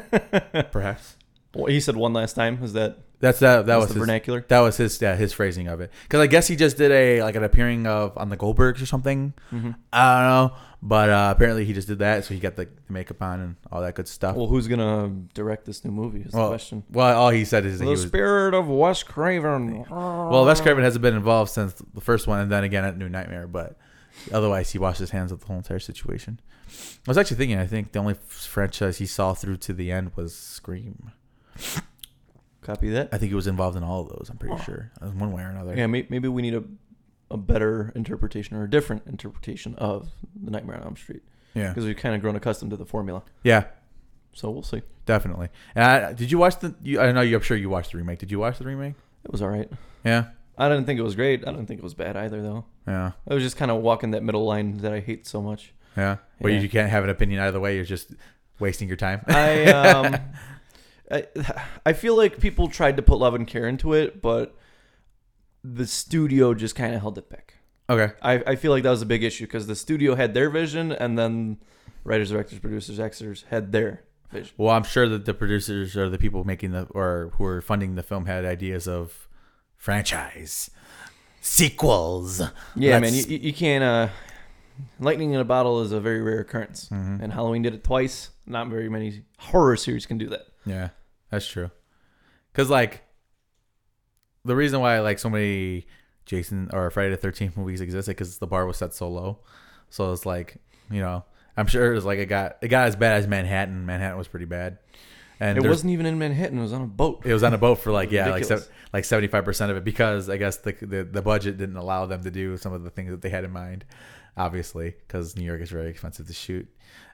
Speaker 1: perhaps.
Speaker 2: Well, he said one last time. Is that
Speaker 1: That's that. That
Speaker 2: that's
Speaker 1: was
Speaker 2: the
Speaker 1: his,
Speaker 2: vernacular?
Speaker 1: that was his yeah, his phrasing of it. Because I guess he just did a like an appearing of on the Goldbergs or something.
Speaker 2: Mm-hmm.
Speaker 1: I don't know, but uh, apparently he just did that, so he got the makeup on and all that good stuff.
Speaker 2: Well, who's gonna direct this new movie? Is the
Speaker 1: Well,
Speaker 2: question.
Speaker 1: well, all he said is that he
Speaker 2: The
Speaker 1: was.
Speaker 2: spirit of Wes Craven.
Speaker 1: Well,
Speaker 2: Oh.
Speaker 1: Wes Craven hasn't been involved since the first one, and then again at New Nightmare. But otherwise, he washed his hands of the whole entire situation. I was actually thinking. I think the only franchise he saw through to the end was Scream.
Speaker 2: Copy that.
Speaker 1: I think he was involved in all of those. I'm pretty sure, in one way or another.
Speaker 2: Oh. Yeah, may- maybe we need a a better interpretation or a different interpretation of the Nightmare on Elm Street
Speaker 1: yeah,
Speaker 2: because we've kind of grown accustomed to the formula.
Speaker 1: yeah,
Speaker 2: So we'll see.
Speaker 1: definitely. And I, did you watch the? You, I know you. I'm sure you watched the remake. Did you watch the remake?
Speaker 2: It was all right.
Speaker 1: Yeah,
Speaker 2: I didn't think it was great. I didn't think it was bad either, though.
Speaker 1: yeah,
Speaker 2: I was just kind of walking that middle line that I hate so much.
Speaker 1: yeah. But you,
Speaker 2: Yeah.
Speaker 1: you can't have an opinion either way. You're just wasting your time.
Speaker 2: I um, I, I feel like people tried to put love and care into it, but the studio just kind of held it back.
Speaker 1: okay.
Speaker 2: I, I feel like that was a big issue because the studio had their vision, and then writers, directors, producers, actors had their vision.
Speaker 1: Well, I'm sure that the producers or the people making the or who are funding the film had ideas of franchise sequels.
Speaker 2: Yeah, man,
Speaker 1: Let's-
Speaker 2: you, you can't. Uh, lightning in a bottle is a very rare occurrence,
Speaker 1: Hmm.
Speaker 2: and Halloween did it twice. Not very many horror series can do that.
Speaker 1: Yeah, that's true. Cause like the reason why like so many Jason or Friday the Thirteenth movies existed because the bar was set so low. So it's like you know, I'm sure it was like it got it got as bad as Manhattan. Manhattan was pretty bad, and
Speaker 2: It
Speaker 1: there's-
Speaker 2: wasn't even in Manhattan; it was on a boat.
Speaker 1: It was on a boat for like yeah, like
Speaker 2: Ridiculous.
Speaker 1: se- like seventy five percent of it because I guess the, the the budget didn't allow them to do some of the things that they had in mind, obviously because New York is very expensive to shoot,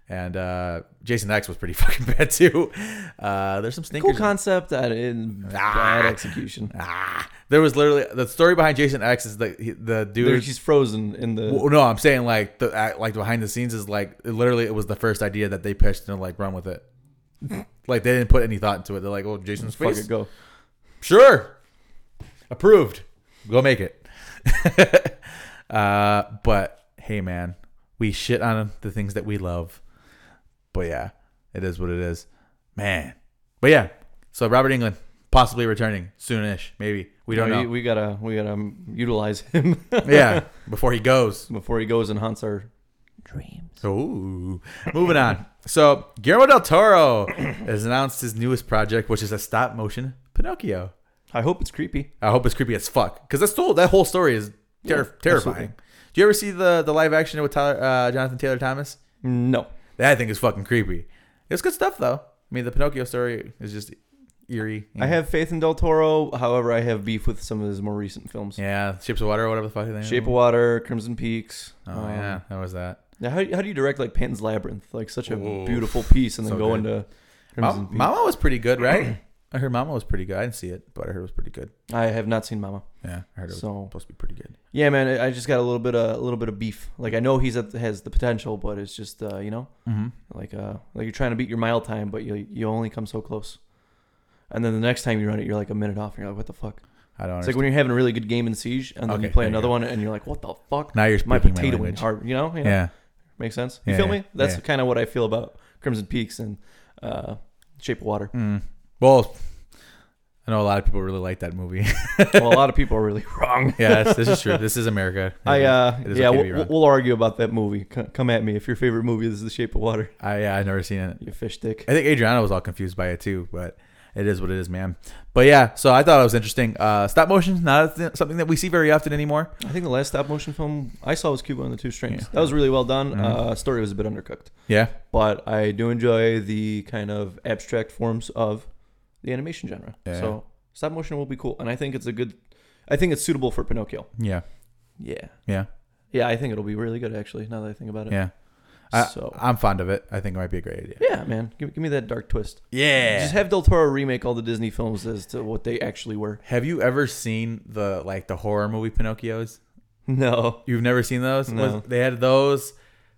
Speaker 1: and uh, Jason X was pretty fucking bad too. Uh, there's some
Speaker 2: Cool
Speaker 1: stinkers.
Speaker 2: concept, uh, in bad execution.
Speaker 1: ah, there was literally the story behind Jason X is the he- the
Speaker 2: There,
Speaker 1: dude.
Speaker 2: she's frozen in the.
Speaker 1: Well, no, I'm saying like the act- like behind the scenes is like literally it was the first idea that they pitched and like run with it. Like they didn't put any thought into it. They're like, "Oh, Jason's
Speaker 2: fuck
Speaker 1: face,
Speaker 2: it, go.
Speaker 1: Sure. Approved. Go make it. uh, but hey, man, we shit on the things that we love. But yeah, it is what it is. Man. But yeah, so Robert England possibly returning soonish, maybe. We don't
Speaker 2: we,
Speaker 1: know.
Speaker 2: we gotta we gotta um, utilize him
Speaker 1: yeah, before he goes.
Speaker 2: before he goes and haunts our.
Speaker 3: Dreams.
Speaker 1: Ooh. Moving on. So Guillermo del Toro has announced his newest project, which is a stop motion Pinocchio.
Speaker 2: I hope it's creepy.
Speaker 1: I hope it's creepy as fuck because that's whole that whole story is ter- terrifying. Do you ever see the the live action with Tyler, uh, Jonathan Taylor Thomas?
Speaker 2: No,
Speaker 1: That I think is fucking creepy. It's good stuff though. I mean, the Pinocchio story is just eerie.
Speaker 2: I have faith in Del Toro. However, I have beef with some of his more recent films.
Speaker 1: yeah, Shapes of Water or whatever the fuck. his name
Speaker 2: Shape of
Speaker 1: was.
Speaker 2: Water, Crimson Peaks.
Speaker 1: Oh
Speaker 2: um,
Speaker 1: yeah, that was that.
Speaker 2: Now, how, how do you direct like Pan's Labyrinth, like such a
Speaker 1: Ooh,
Speaker 2: beautiful piece, and then
Speaker 1: so
Speaker 2: go
Speaker 1: good.
Speaker 2: into Crimson
Speaker 1: Mama,
Speaker 2: Peaks?
Speaker 1: Mama was pretty good, right? I heard Mama was pretty good. I didn't see it, but I heard it was pretty good.
Speaker 2: I have not seen Mama,
Speaker 1: Yeah, I heard it was
Speaker 2: so
Speaker 1: supposed to be pretty good.
Speaker 2: yeah, man. I- I just got a little bit of a little bit of beef. Like I know he's at, has the potential, but it's just uh, you know,
Speaker 1: Mm-hmm.
Speaker 2: like uh, like you're trying to beat your mile time, but you you only come so close. And then the next time you run it, you're like a minute off, and you're like, what the fuck?
Speaker 1: I don't.
Speaker 2: It's
Speaker 1: Understand.
Speaker 2: like when you're having a really good game in Siege, and then
Speaker 1: Okay,
Speaker 2: you play
Speaker 1: there you
Speaker 2: another one,
Speaker 1: go.
Speaker 2: and you're like, what the fuck?
Speaker 1: now you're
Speaker 2: my
Speaker 1: speaking my
Speaker 2: potato
Speaker 1: language.
Speaker 2: hard, you know? You know?
Speaker 1: Yeah,
Speaker 2: Makes sense. You
Speaker 1: Yeah,
Speaker 2: feel
Speaker 1: yeah,
Speaker 2: me? That's
Speaker 1: yeah.
Speaker 2: kind of what I feel about Crimson Peaks and uh, Shape of Water.
Speaker 1: Mm. well, I know a lot of people really like that movie.
Speaker 2: well, a lot of people are really wrong.
Speaker 1: yeah, this, this is true. This is America.
Speaker 2: I uh,
Speaker 1: It is
Speaker 2: yeah,
Speaker 1: okay to be
Speaker 2: we'll,
Speaker 1: wrong.
Speaker 2: we'll argue about that movie. C- come at me if your favorite movie is The Shape of Water.
Speaker 1: I yeah, I've never seen it.
Speaker 2: You fish dick.
Speaker 1: I think Adriana was all confused by it too, but it is what it is, man. But yeah, so I thought it was interesting. Uh, stop motion, not a th- something that we see very often anymore.
Speaker 2: I think the last stop motion film I saw was Cuba and the Two Strings.
Speaker 1: Yeah.
Speaker 2: That was really well done.
Speaker 1: Mhm.
Speaker 2: Uh, story was a bit undercooked,
Speaker 1: Yeah,
Speaker 2: but I do enjoy the kind of abstract forms of the animation genre.
Speaker 1: Yeah.
Speaker 2: So stop motion will be cool, and I think it's a good. I think it's suitable for Pinocchio.
Speaker 1: yeah,
Speaker 2: Yeah.
Speaker 1: Yeah.
Speaker 2: Yeah, I think it'll be really good actually. Now that I think about it.
Speaker 1: yeah. I,
Speaker 2: So.
Speaker 1: I'm fond of it. I think it might be a great idea.
Speaker 2: yeah, man, give, give me that dark twist. Just
Speaker 1: Yeah.
Speaker 2: have Del Toro remake all the Disney films as to what they actually were.
Speaker 1: Have you ever seen the like the horror movie Pinocchios?
Speaker 2: No.
Speaker 1: You've never seen those?
Speaker 2: No.
Speaker 1: Was- they had those.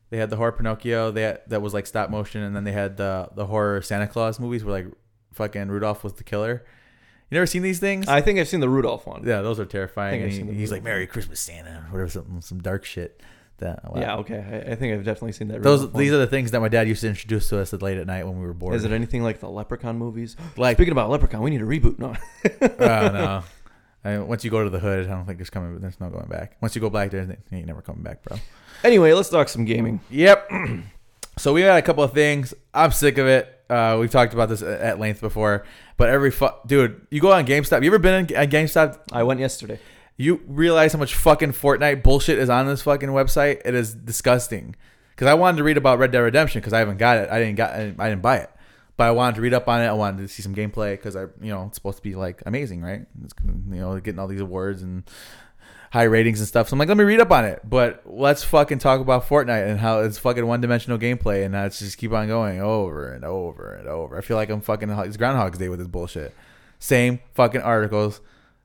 Speaker 1: They had the horror Pinocchio. They had, that was like stop motion, and then they had the the horror Santa Claus movies where like fucking Rudolph was the killer. You never seen these things?
Speaker 2: I think I've seen the Rudolph one.
Speaker 1: Yeah, those are
Speaker 2: I
Speaker 1: terrifying.
Speaker 2: think I've
Speaker 1: And he-
Speaker 2: seen the
Speaker 1: he's
Speaker 2: movie.
Speaker 1: like Merry Christmas Santa, or whatever, something, some dark shit. That wow.
Speaker 2: Yeah, okay. I, I think I've definitely seen that.
Speaker 1: Those
Speaker 2: written
Speaker 1: these
Speaker 2: before.
Speaker 1: are the things that my dad used to introduce to us at late at night when we were bored.
Speaker 2: Is it anything like the Leprechaun movies?
Speaker 1: like
Speaker 2: Speaking about Leprechaun, we need a reboot. No,
Speaker 1: oh no. I mean, once you go to the hood, I don't think there's coming. There's no going back. Once you go back there, you ain't never coming back, bro.
Speaker 2: Anyway, let's talk some gaming.
Speaker 1: Yep. so we got a couple of things. I'm sick of it. Uh, we've talked about this a- at length before, but every fu- dude, you go on GameStop. You ever been in- at GameStop?
Speaker 2: I went yesterday.
Speaker 1: You realize how much fucking Fortnite bullshit is on this fucking website. It is disgusting. Because I wanted to read about Red Dead Redemption because I haven't got it. I didn't got. I didn't, I didn't buy it, but I wanted to read up on it. I wanted to see some gameplay because I, you know, it's supposed to be like amazing, right? It's, you know, getting all these awards and high ratings and stuff. So I'm like, let me read up on it. But let's fucking talk about Fortnite and how it's fucking one dimensional gameplay and how it's just keep on going over and over and over. I feel like I'm fucking it's Groundhog's Day with this bullshit. Same fucking articles.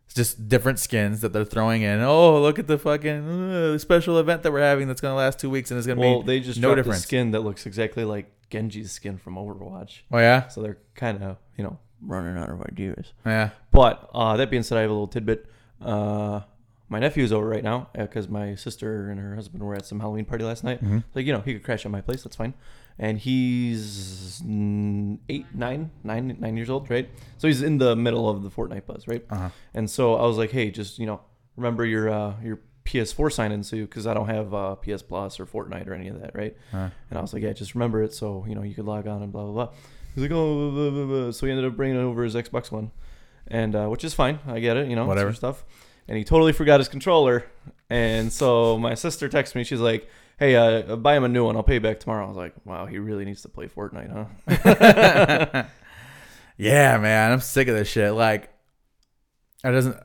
Speaker 1: It's just different skins that they're throwing in. Oh, look at the fucking uh, special event that we're having that's gonna last two weeks and it's gonna
Speaker 2: Well,
Speaker 1: be
Speaker 2: they just
Speaker 1: no
Speaker 2: dropped
Speaker 1: difference.
Speaker 2: a skin that looks exactly like Genji's skin from Overwatch.
Speaker 1: Oh yeah,
Speaker 2: So they're kind of you know running out of ideas.
Speaker 1: yeah.
Speaker 2: But uh, that being said, I have a little tidbit. Uh, my nephew's over right now because my sister and her husband were at some Halloween party last night.
Speaker 1: Mhm.
Speaker 2: Like you know, he could crash at my place. That's fine. And he's mm, eight, nine, nine, nine years old, right? So he's in the middle of the Fortnite buzz, right?
Speaker 1: Uh-huh.
Speaker 2: And so I was like, hey, just you know, remember your uh, your PS4 sign in, so because I don't have uh, PS Plus or Fortnite or any of that, right?
Speaker 1: Uh.
Speaker 2: And I was like, yeah, just remember it, so you know you could log on and blah blah blah. He's like, oh, blah, blah, blah, blah. so he ended up bringing over his Xbox One, and uh, which is fine, I get it, you know, it's
Speaker 1: Whatever.
Speaker 2: your stuff. And he totally forgot his controller, and so my sister texts me, she's like. Hey, uh, buy him a new one. I'll pay you back tomorrow. I was like, wow, he really needs to play Fortnite, huh?
Speaker 1: Yeah, man, I'm sick of this shit. Like, I doesn't.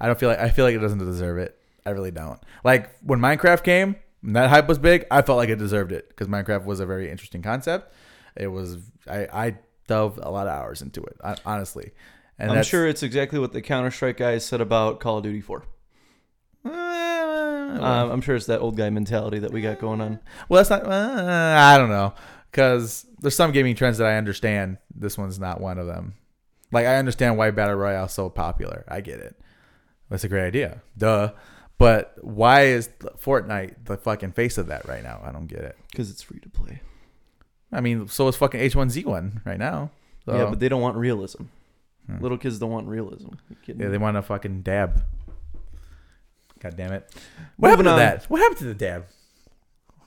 Speaker 1: I don't feel like I feel like it doesn't deserve it. I really don't. Like when Minecraft came, and that hype was big. I felt like it deserved it because Minecraft was a very interesting concept. It was. I I dove a lot of hours into it, hon- honestly. And
Speaker 2: I'm
Speaker 1: that's- eh,
Speaker 2: sure it's exactly what the Counter Strike guys said about Call of Duty 4.
Speaker 1: Uh, Oh, well,
Speaker 2: Um, I'm sure it's that old guy mentality that we got going on.
Speaker 1: well, that's not. Uh, I don't know because there's some gaming trends that I understand. This one's not one of them. Like I understand why battle royale is so popular. I get it. That's a great idea. Duh. But why is Fortnite the fucking face of that right now? I don't get it.
Speaker 2: because it's free to play.
Speaker 1: I mean, so is fucking H1Z1 right now. So,
Speaker 2: Yeah, but they don't want realism.
Speaker 1: Oh. Hmm.
Speaker 2: Little kids don't want realism. You kidding
Speaker 1: yeah,
Speaker 2: me?
Speaker 1: they want to fucking dab. God damn it. What
Speaker 2: Moving
Speaker 1: happened to
Speaker 2: on.
Speaker 1: that? What happened to the dab?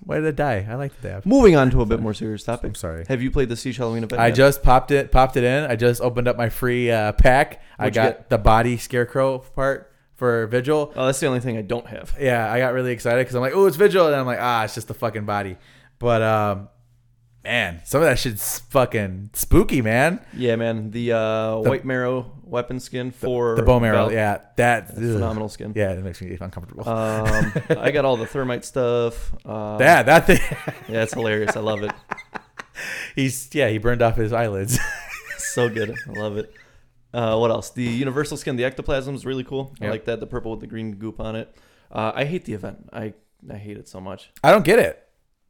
Speaker 1: Why did it die? I like the dab.
Speaker 2: Moving on to a bit more serious
Speaker 1: I'm
Speaker 2: topic.
Speaker 1: sorry.
Speaker 2: Have you played the Siege Halloween event?
Speaker 1: I
Speaker 2: yet?
Speaker 1: just popped it popped it in. I just opened up my free uh, pack. I
Speaker 2: What'd you
Speaker 1: got
Speaker 2: get?
Speaker 1: the body scarecrow part for Vigil.
Speaker 2: Oh, that's the only thing I don't have.
Speaker 1: Yeah, I got really excited because I'm like, oh, it's Vigil, and I'm like, ah, it's just the fucking body. But um, man, some of that shit's fucking spooky, man.
Speaker 2: Yeah, man. The, uh, white marrow weapon skin for
Speaker 1: The bone marrow,
Speaker 2: Valve.
Speaker 1: yeah, that
Speaker 2: That's
Speaker 1: ugh.
Speaker 2: phenomenal skin.
Speaker 1: Yeah, it makes me uncomfortable.
Speaker 2: Um, I got all the thermite stuff. Uh,
Speaker 1: that that thing,
Speaker 2: Yeah, it's hilarious. I love it.
Speaker 1: he's yeah, he burned off his eyelids.
Speaker 2: so good. I love it. Uh, what else? The universal skin, the ectoplasm is really cool. I
Speaker 1: Yeah.
Speaker 2: like that. The purple with the green goop on it. Uh, I hate the event. I I hate it so much.
Speaker 1: I don't get it.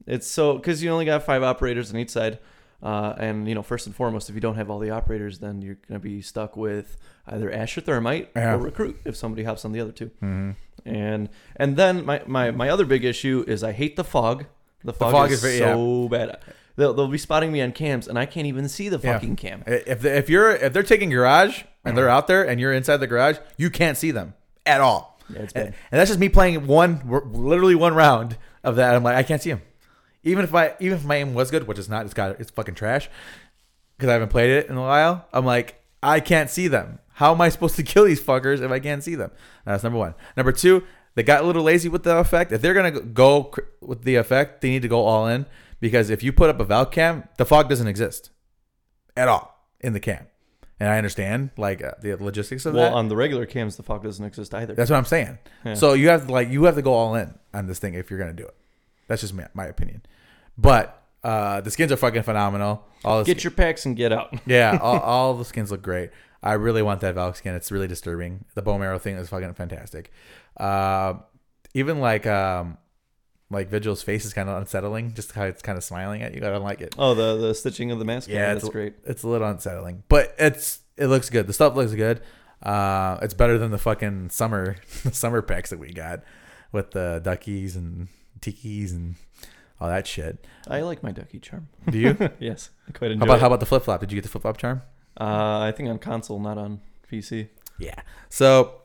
Speaker 2: It's so because you only got five operators on each side, uh, and you know first and foremost, if you don't have all the operators, then you're gonna be stuck with either Ash or Thermite
Speaker 1: Yeah.
Speaker 2: or Recruit if somebody hops on the other two.
Speaker 1: Mhm.
Speaker 2: And and then my, my my other big issue is I hate the fog. The fog,
Speaker 1: fog
Speaker 2: is,
Speaker 1: is very-
Speaker 2: so bad. They'll, they'll be spotting me on cams, and I can't even see the
Speaker 1: Yeah.
Speaker 2: fucking cam.
Speaker 1: If if you're if they're taking garage and they're
Speaker 2: Uh-huh.
Speaker 1: out there and you're inside the garage, you can't see them at all.
Speaker 2: Yeah, it's
Speaker 1: and,
Speaker 2: bad.
Speaker 1: and that's just me playing one, literally one round of that. I'm like, I can't see him. Even if I, even if my aim was good, which it's not, it's got, it's fucking trash, because I haven't played it in a while. I'm like, I can't see them. How am I supposed to kill these fuckers if I can't see them? That's number one. Number two, they got a little lazy with the effect. If they're gonna go cr- with the effect, they need to go all in because if you put up a Valve cam, the fog doesn't exist at all in the cam. And I understand like uh, the logistics of that.
Speaker 2: Well, on the regular cams, the fog doesn't exist either.
Speaker 1: That's what I'm saying.
Speaker 2: Yeah.
Speaker 1: So you have to like you have to go all in on this thing if you're gonna do it. That's just my, my opinion. But uh, the skins are fucking phenomenal. All the
Speaker 2: Get
Speaker 1: skin-
Speaker 2: your packs and get out.
Speaker 1: yeah, all, all the skins look great. I really want that Valk skin. It's really disturbing. The bone marrow thing is fucking fantastic. Uh, even like um, like Vigil's face is kind of unsettling. Just how it's kind of smiling at you. I don't like it.
Speaker 2: Oh, the the stitching of the mask.
Speaker 1: Yeah,
Speaker 2: that's
Speaker 1: it's-
Speaker 2: great.
Speaker 1: It's a little unsettling, but it's it looks good. The stuff looks good. Uh, it's better than the fucking summer summer packs that we got. with the duckies and tikis and all that shit.
Speaker 2: I like my ducky charm.
Speaker 1: Do you? how
Speaker 2: yes, I quite enjoy.
Speaker 1: about
Speaker 2: it.
Speaker 1: how about the flip flop? Did you get the flip flop charm?
Speaker 2: Uh, I think on console, not on PC.
Speaker 1: Yeah. So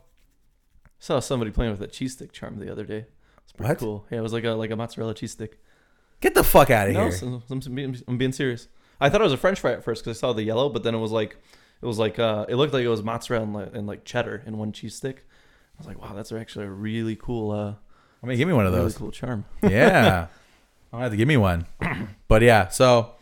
Speaker 2: Saw somebody playing with a cheese stick charm the other day. It's pretty
Speaker 1: What?
Speaker 2: cool. Yeah, it was like a like a mozzarella cheese stick.
Speaker 1: get the fuck out of
Speaker 2: No,
Speaker 1: here.
Speaker 2: so- so I'm, being, I'm being serious. I thought it was a French fry at first because I saw the yellow, but then it was like it was like uh, it looked like it was mozzarella and like, and like cheddar in one cheese stick. I was like, wow, that's actually a really cool, uh,
Speaker 1: I mean, give me one of
Speaker 2: really
Speaker 1: those.
Speaker 2: cool charm.
Speaker 1: yeah. I'll have to give me one. But yeah, so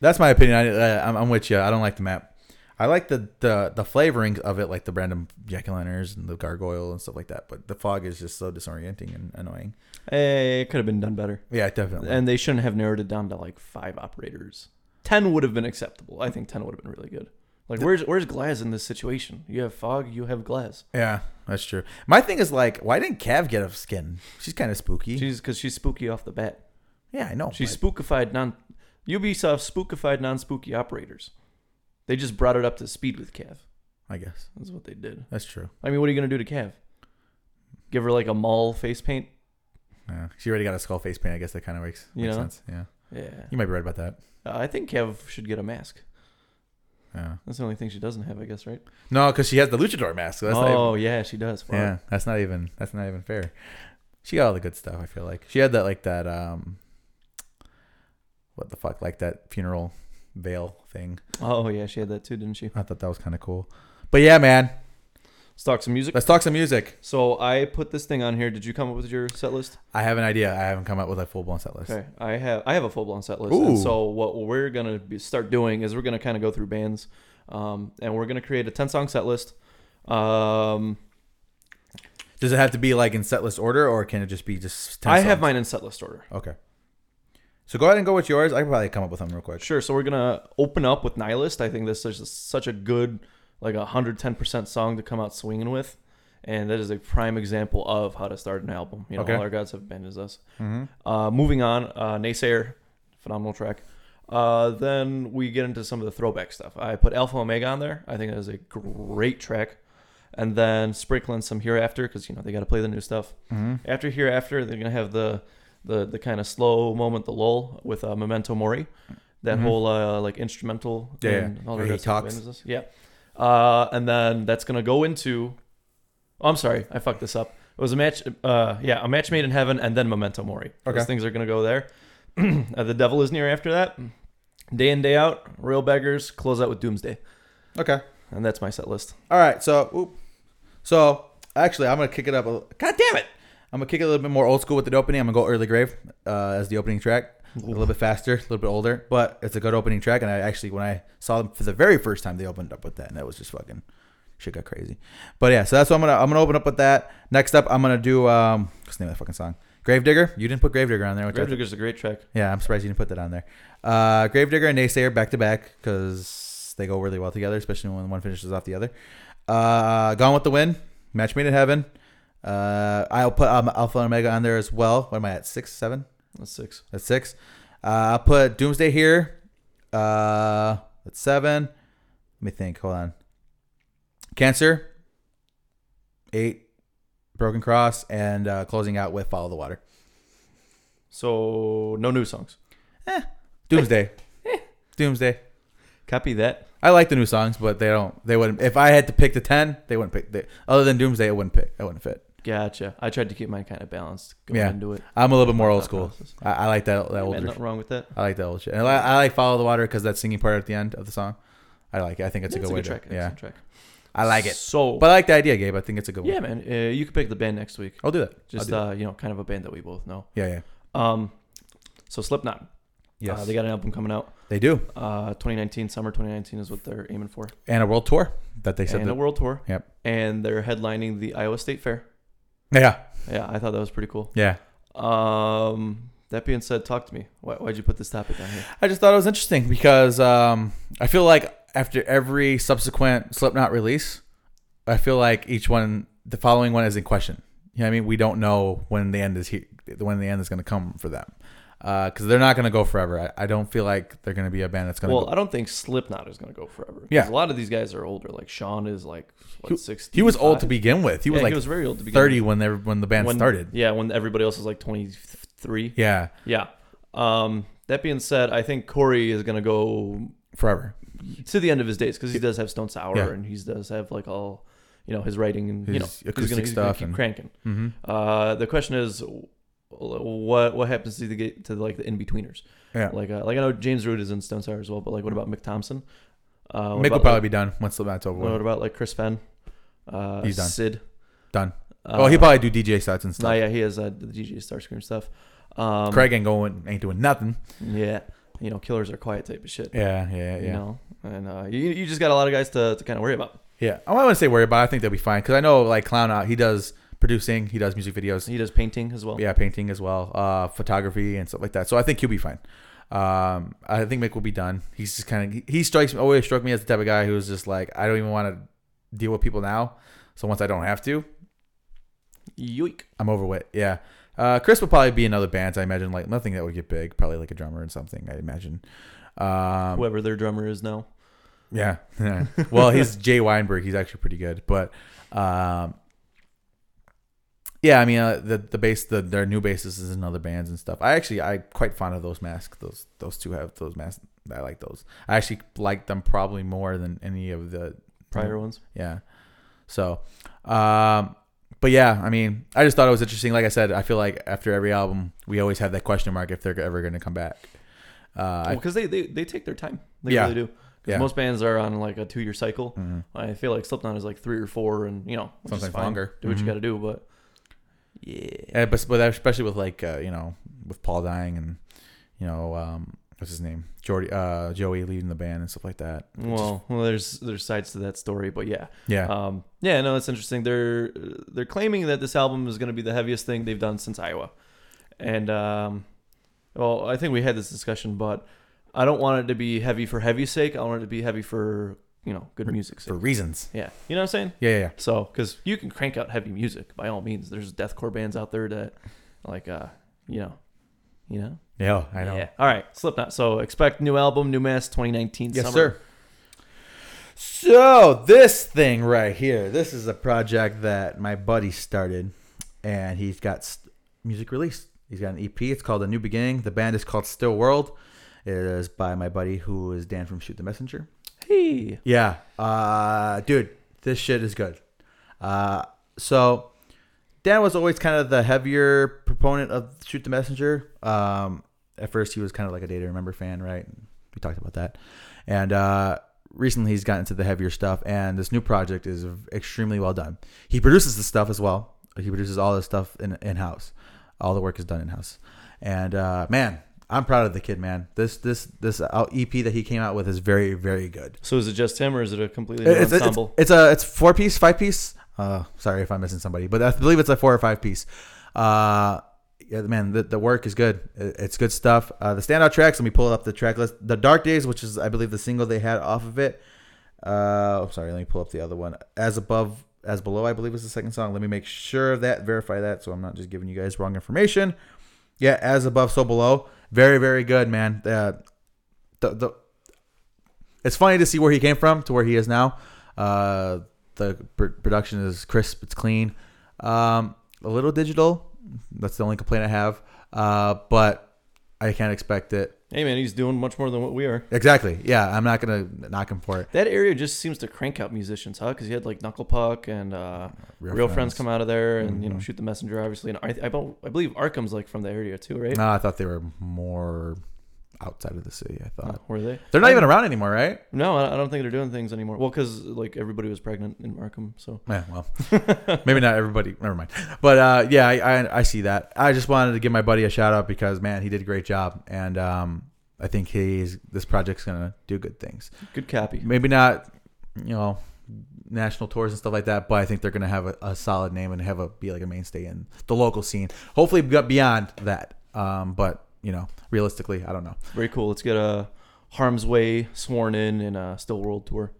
Speaker 1: that's my opinion. I, I, I'm, I'm with you. I don't like the map. I like the, the the flavoring of it, like the random jack o' lanterns and the gargoyle and stuff like that. But the fog is just so disorienting and annoying.
Speaker 2: Hey, it could have been done better,
Speaker 1: Yeah, definitely.
Speaker 2: and they shouldn't have narrowed it down to like five operators. Ten would have been acceptable. I think ten would have been really good. Like, where's where's Glass in this situation? You have fog, you have Glass.
Speaker 1: yeah, that's true. My thing is like, why didn't Cav get a skin? She's kind of spooky.
Speaker 2: She's because she's spooky off the bat.
Speaker 1: yeah, I know.
Speaker 2: She
Speaker 1: but-
Speaker 2: spookified non Ubisoft spookified non spooky operators. They just brought it up to speed with Cav.
Speaker 1: I guess
Speaker 2: That's what they did.
Speaker 1: that's true.
Speaker 2: I mean, what are you gonna do to Cav? Give her like a mall face paint?
Speaker 1: Yeah. She already got a skull face paint. I guess that kind of makes,
Speaker 2: You
Speaker 1: makes
Speaker 2: know?
Speaker 1: sense. Yeah,
Speaker 2: Yeah.
Speaker 1: you might be right about that.
Speaker 2: Uh, I think Cav should get a mask.
Speaker 1: Yeah.
Speaker 2: That's the only thing she doesn't have, I guess, right?
Speaker 1: No, because she has the luchador mask. So that's not even-
Speaker 2: oh yeah, she does. Fuck.
Speaker 1: Yeah, that's not even that's not even fair. She got all the good stuff. I feel like she had that like that um, what the fuck like that funeral veil thing.
Speaker 2: Oh yeah, she had that too, didn't she?
Speaker 1: I thought that was kind of cool. But yeah, man,
Speaker 2: Let's talk some music.
Speaker 1: let's talk some music.
Speaker 2: So I put this thing on here. Did you come up with your set list?
Speaker 1: I have an idea. I haven't come up with a full blown set list.
Speaker 2: Okay, I have I have a full blown set list. And
Speaker 1: Ooh.
Speaker 2: so what we're gonna be, start doing is we're gonna kind of go through bands, um, and we're gonna create a ten song set list. Um,
Speaker 1: Does it have to be like in set list order, or can it just be just? 10
Speaker 2: I have
Speaker 1: songs?
Speaker 2: mine in set list order.
Speaker 1: Okay. So go ahead and go with yours. I can probably come up with them real quick.
Speaker 2: Sure. So we're gonna open up with Nihilist. I think this is such a good, like a hundred ten percent song to come out swinging with, and that is a prime example of how to start an album. You know,
Speaker 1: Okay.
Speaker 2: all our gods have been is us.
Speaker 1: Mm-hmm.
Speaker 2: Uh, moving on, uh, Naysayer, phenomenal track. Uh, then we get into some of the throwback stuff. I put Alpha Omega on there. I think that is a great track. And then sprinkling some Hereafter because you know they got to play the new stuff.
Speaker 1: Mm-hmm.
Speaker 2: After Hereafter, they're gonna have the the the kind of slow moment, the lull with uh, Memento Mori, that
Speaker 1: Mhm.
Speaker 2: whole uh, like instrumental.
Speaker 1: Yeah, yeah.
Speaker 2: and
Speaker 1: Where
Speaker 2: that
Speaker 1: he
Speaker 2: stuff.
Speaker 1: talks.
Speaker 2: When is this? Yeah. Uh, and then that's gonna go into. Oh, I'm sorry, I fucked this up. It was a match. Uh, yeah, a match made in heaven, and then Memento Mori.
Speaker 1: Okay.
Speaker 2: Those things are gonna go there. Uh, the devil is near after that. Day in day out, real beggars close out with Doomsday,
Speaker 1: Okay.
Speaker 2: and that's my set list.
Speaker 1: All right, so oop. so actually, I'm gonna kick it up. A, God damn it! I'm gonna kick it a little bit more old school with an opening. I'm gonna go early grave uh, as the opening track, a little bit faster, a little bit older, but it's a good opening track. And I actually, when I saw them for the very first time, they opened up with that, and that was just fucking shit got crazy. But yeah, so that's what I'm gonna I'm gonna open up with that. Next up, I'm gonna do um what's the name of that fucking song? Gravedigger. You didn't put Gravedigger on there, which I
Speaker 2: Gravedigger's a great track.
Speaker 1: yeah, I'm surprised you didn't put that on there. Uh, Gravedigger and Naysayer back to back because they go really well together, especially when one finishes off the other. Uh, Gone with the Wind, Match Made in Heaven. Uh, I'll put um, Alpha and Omega on there as well. What am I at? Six, seven?
Speaker 2: That's six.
Speaker 1: That's six. Uh, I'll put Doomsday here. Uh, that's seven. Let me think. Hold on. Cancer, eight. Broken Cross, and uh, closing out with Follow the Water.
Speaker 2: So no new songs.
Speaker 1: Doomsday. Doomsday.
Speaker 2: Copy that.
Speaker 1: I like the new songs, but they don't. They wouldn't. If I had to pick the ten, they wouldn't pick. They, other than Doomsday, it wouldn't pick. It wouldn't fit.
Speaker 2: Gotcha. I tried to keep mine kind of balanced going
Speaker 1: Yeah.
Speaker 2: into it.
Speaker 1: I'm a little bit more old
Speaker 2: Thought
Speaker 1: school.
Speaker 2: process.
Speaker 1: I, I like that that
Speaker 2: Hey, man,
Speaker 1: older.
Speaker 2: nothing wrong with that.
Speaker 1: I like that old shit. And I, I like Follow the Water because that singing part at the end of the song. I like it. I think it's
Speaker 2: Yeah,
Speaker 1: a good way
Speaker 2: track.
Speaker 1: to. Yeah,
Speaker 2: Excellent track.
Speaker 1: I like it.
Speaker 2: So,
Speaker 1: But I like the idea, Gabe. I think it's a good
Speaker 2: yeah, man,
Speaker 1: one.
Speaker 2: uh, you could pick the band next week.
Speaker 1: I'll do that. I'll
Speaker 2: Just
Speaker 1: do that.
Speaker 2: uh, you know, kind of a band that we both know.
Speaker 1: yeah, yeah,
Speaker 2: Um, so Slipknot.
Speaker 1: yes.
Speaker 2: Uh,
Speaker 1: they,
Speaker 2: they got an album coming out.
Speaker 1: do,
Speaker 2: Uh, 2019 summer 2019 is what they're aiming for,
Speaker 1: and a world tour that they said.
Speaker 2: and a
Speaker 1: That,
Speaker 2: world tour.
Speaker 1: Yep.
Speaker 2: And they're headlining the Iowa State Fair.
Speaker 1: yeah,
Speaker 2: Yeah, I thought that was pretty cool.
Speaker 1: yeah.
Speaker 2: Um, that being said, talk to me. Why, why'd you put this topic on here?
Speaker 1: I just thought it was interesting because um, I feel like after every subsequent Slipknot release, I feel like each one, the following one, is in question. You know what I mean? We don't know when the end is here, when the end is going to come for them. because they're not going to go forever. I, I don't feel like they're going to be a band that's going to.
Speaker 2: Well, I don't think Slipknot is going to go forever. 'Cause
Speaker 1: Yeah.
Speaker 2: a lot of these guys are older. Like Sean is like
Speaker 1: He-
Speaker 2: what sixty.
Speaker 1: he was old to begin with. He was
Speaker 2: Yeah,
Speaker 1: like
Speaker 2: he was very old to begin
Speaker 1: thirty
Speaker 2: with.
Speaker 1: when they, when the band
Speaker 2: when,
Speaker 1: started.
Speaker 2: Yeah, when everybody else was like twenty three.
Speaker 1: Yeah,
Speaker 2: Yeah. Um, that being said, I think Corey is going to go
Speaker 1: forever.
Speaker 2: to the end of his days because he does have Stone Sour
Speaker 1: Yeah.
Speaker 2: and he does have like all, you know, his writing and you know
Speaker 1: His
Speaker 2: he's
Speaker 1: acoustic
Speaker 2: gonna, he's
Speaker 1: stuff
Speaker 2: gonna keep
Speaker 1: and-
Speaker 2: cranking.
Speaker 1: Mhm.
Speaker 2: Uh, the question is, what what happens to the get to like the in betweeners?
Speaker 1: Yeah,
Speaker 2: Like uh, like I know James Root is in Stone Sour as well, but like what about Mick Thompson? Uh, what
Speaker 1: Mick will
Speaker 2: about,
Speaker 1: probably
Speaker 2: like,
Speaker 1: be done once the mat's over.
Speaker 2: What
Speaker 1: with.
Speaker 2: about like Chris Fenn? Uh,
Speaker 1: He's done.
Speaker 2: Sid.
Speaker 1: Done.
Speaker 2: Uh,
Speaker 1: oh, he'll probably do DJ sets and
Speaker 2: No,
Speaker 1: stuff.
Speaker 2: yeah, he has uh, the DJ Starscream stuff. Um,
Speaker 1: Craig ain't going, ain't doing nothing.
Speaker 2: Yeah, you know, killers are quiet type of shit.
Speaker 1: Yeah, yeah, yeah.
Speaker 2: you know, and uh, you, you just got a lot of guys to, to kind of worry about.
Speaker 1: Yeah, I want to say worry about. It. I think they'll be fine because I know like Clown Out. He does producing. He does music videos.
Speaker 2: He does painting as well.
Speaker 1: Yeah, painting as well, uh, photography and stuff like that. So I think he'll be fine. Um, I think Mick will be done. He's just kind of he, he strikes me always struck me as the type of guy who's just like I don't even want to deal with people now. So once I don't have to,
Speaker 2: Yoik.
Speaker 1: I'm over with. Yeah. Uh, Chris would probably be in other bands. I imagine like nothing that would get big. Probably like a drummer and something. I imagine. Um,
Speaker 2: Whoever their drummer is now.
Speaker 1: Yeah. yeah. well, he's Jay Weinberg. He's actually pretty good, but um, yeah. I mean, uh, the the bass, the their new bassist is in other bands and stuff. I actually I quite fond of those masks. Those those two have those masks. I like those. I actually like them probably more than any of the
Speaker 2: Prior
Speaker 1: Mm-hmm.
Speaker 2: ones.
Speaker 1: yeah. So, um, but yeah, I mean, I just thought it was interesting. Like I said, I feel like after every album, we always have that question mark if they're ever going to come back. Uh, I-
Speaker 2: Because they, they, they take their time. They
Speaker 1: Yeah.
Speaker 2: really do. Because
Speaker 1: Yeah.
Speaker 2: most bands are on like a two year cycle.
Speaker 1: Mhm.
Speaker 2: I feel like Slipknot is like three or four, and you know, which is
Speaker 1: Sometimes
Speaker 2: fine.
Speaker 1: longer.
Speaker 2: Do what
Speaker 1: Mhm.
Speaker 2: you got to do, but yeah.
Speaker 1: Yeah, but, but especially with like uh, you know with Paul dying and you know um, what's his name Jordy uh, Joey leaving the band and stuff like that. It just-
Speaker 2: Well, well, there's there's sides to that story, but yeah,
Speaker 1: yeah,
Speaker 2: um, yeah, no, that's interesting. They're they're claiming that this album is going to be the heaviest thing they've done since Iowa, and um, well, I think we had this discussion, but I don't want it to be heavy for heavy's sake. I want it to be heavy for you know good music's
Speaker 1: for
Speaker 2: sake.
Speaker 1: reasons.
Speaker 2: Yeah, you know what I'm saying.
Speaker 1: Yeah, yeah, yeah.
Speaker 2: So, because you can crank out heavy music by all means. There's deathcore bands out there that, like, uh, you know, you know.
Speaker 1: Yeah, I know.
Speaker 2: Yeah. All right, Slipknot. So expect new album, new mass, 2019.
Speaker 1: Yes,
Speaker 2: summer.
Speaker 1: sir. So this thing right here, this is a project that my buddy started, and he's got st- music released. He's got an EP. It's called A New Beginning. The band is called Still World. It is by my buddy who is Dan from Shoot the Messenger.
Speaker 2: Hey.
Speaker 1: Yeah. Uh, dude, this shit is good. Uh, so Dan was always kind of the heavier proponent of shoot the messenger. Um, at first he was kind of like a day to remember fan, right? We talked about that. And, uh, recently he's gotten into the heavier stuff and this new project is extremely well done. He produces the stuff as well. He produces all this stuff in, in house. All the work is done in house. And, uh, man, I'm proud of the kid, man. This, this, this out- EP that he came out with is very, very good.
Speaker 2: So is it just him, or is it a completely new
Speaker 1: It's, it's,
Speaker 2: ensemble?
Speaker 1: it's a it's four piece, five piece. Uh, sorry if I'm missing somebody, but I believe it's a four or five piece. Uh, yeah, man, the, the work is good. It- It's good stuff. Uh, the standout tracks. Let me pull up the track list. The Dark Days, which is I believe the single they had off of it. Uh, oh, sorry. Let me pull up the other one. As above, as below. I believe is the second song. Let me make sure of that verify that, so I'm not just giving you guys wrong information. Yeah, as above, so below. Very, very good, man. Uh, the the it's funny to see where he came from to where he is now. Uh, the pr- production is crisp, it's clean, um, a little digital. That's the only complaint I have. Uh, but I can't expect it.
Speaker 2: Hey man, he's doing much more than what we are.
Speaker 1: Exactly. Yeah, I'm not gonna knock him for it.
Speaker 2: That area just seems to crank out musicians, huh? Because you had like Knuckle Puck and uh, Real, Friends. come out of there, and you know,
Speaker 1: Mhm.
Speaker 2: Shoot the Messenger, obviously, and I, I, bel- I believe Arkham's like from the area too, right?
Speaker 1: No, I thought they were more outside of the city. I thought
Speaker 2: Oh, were they?
Speaker 1: they're not even around anymore, right?
Speaker 2: No, I I don't think they're doing things anymore. Well, because like everybody was pregnant in Arkham, so
Speaker 1: Yeah, well, maybe not everybody. Never mind. But uh, yeah, I, I I see that. I just wanted to give my buddy a shout out because man, he did a great job, and um, I think he's this project's gonna do good things.
Speaker 2: good copy.
Speaker 1: Maybe not, you know, national tours and stuff like that, but I think they're gonna have a, a solid name and have a be like a mainstay in the local scene. Hopefully, be- beyond that. Um, but you know, realistically, I don't know.
Speaker 2: Very cool. Let's get a Harm's Way sworn in and a Still World tour.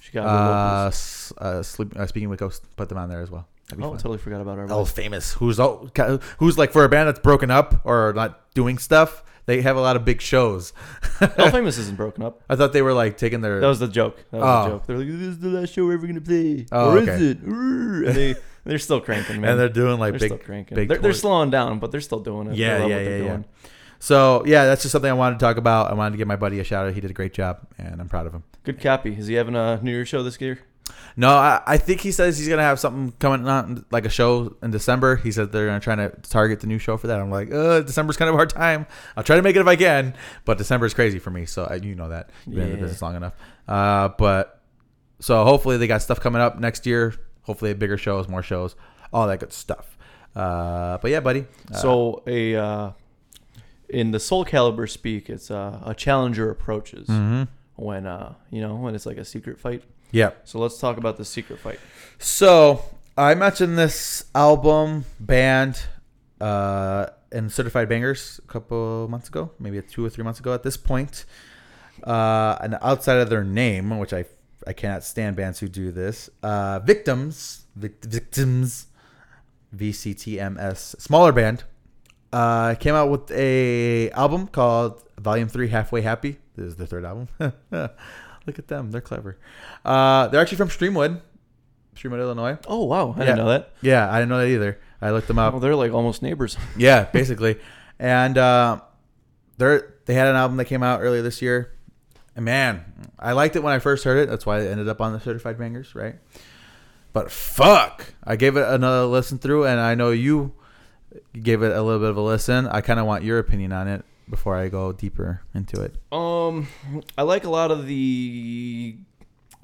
Speaker 2: Chicago.
Speaker 1: Uh,
Speaker 2: locals.
Speaker 1: s- uh, sleep, uh, speaking with Ghost, put them on there as well. That'd be
Speaker 2: Oh,
Speaker 1: fun.
Speaker 2: totally forgot about our.
Speaker 1: El famous, who's all, who's like for a band that's broken up or not doing stuff, they have a lot of big shows.
Speaker 2: El Famous isn't broken up.
Speaker 1: I thought they were like taking their
Speaker 2: That was the joke. That was the
Speaker 1: Oh.
Speaker 2: joke. They're like, "This is the last show we're ever gonna play."
Speaker 1: Oh,
Speaker 2: or is
Speaker 1: okay.
Speaker 2: it? Urgh. And they they're still cranking, man.
Speaker 1: and they're doing like
Speaker 2: They're
Speaker 1: big
Speaker 2: still cranking.
Speaker 1: big
Speaker 2: they're, they're
Speaker 1: tours.
Speaker 2: slowing down, but they're still doing it.
Speaker 1: Yeah,
Speaker 2: They love
Speaker 1: yeah,
Speaker 2: what they're
Speaker 1: yeah, yeah.
Speaker 2: doing.
Speaker 1: So yeah, that's just something I wanted to talk about. I wanted to give my buddy a shout out. He did a great job, and I'm proud of him.
Speaker 2: Good copy. Is he having a New Year's show this year?
Speaker 1: No, I, I think he says he's gonna have something coming on like a show in December. He said they're gonna try to target the new show for that. I'm like, uh, December's kind of a hard time. I'll try to make it if I can, but December is crazy for me. So I, you know that you've been in the
Speaker 2: Yeah.
Speaker 1: business long enough. Uh, but so hopefully they got stuff coming up next year. Hopefully bigger shows, more shows, all that good stuff. Uh, but yeah, buddy. Uh,
Speaker 2: so a uh, in the Soul Caliber speak, it's uh, a challenger approaches
Speaker 1: mhm.
Speaker 2: when uh, you know when it's like a secret fight.
Speaker 1: yeah.
Speaker 2: So let's talk about the secret fight.
Speaker 1: So I mentioned this album band uh, and certified bangers a couple months ago, maybe two or three months ago at this point. Uh, and outside of their name, which I I cannot stand bands who do this, uh, victims, vic- victims, VCTMS, smaller band, uh, came out with a album called Volume Three, Halfway Happy. This is their third album. Look at them, they're clever. Uh, they're actually from Streamwood, Streamwood, Illinois.
Speaker 2: Oh wow, I
Speaker 1: Yeah. Uh,
Speaker 2: didn't know that.
Speaker 1: Yeah, I didn't know that either. I looked them up.
Speaker 2: Oh, they're like almost neighbors.
Speaker 1: Yeah, basically. and uh, they they had an album that came out earlier this year. And man, I liked it when I first heard it. That's why it ended up on the Certified Bangers, right? But fuck, I gave it another listen through, and I know you gave it a little bit of a listen. I kind of want your opinion on it before I go deeper into it.
Speaker 2: Um, I like a lot of the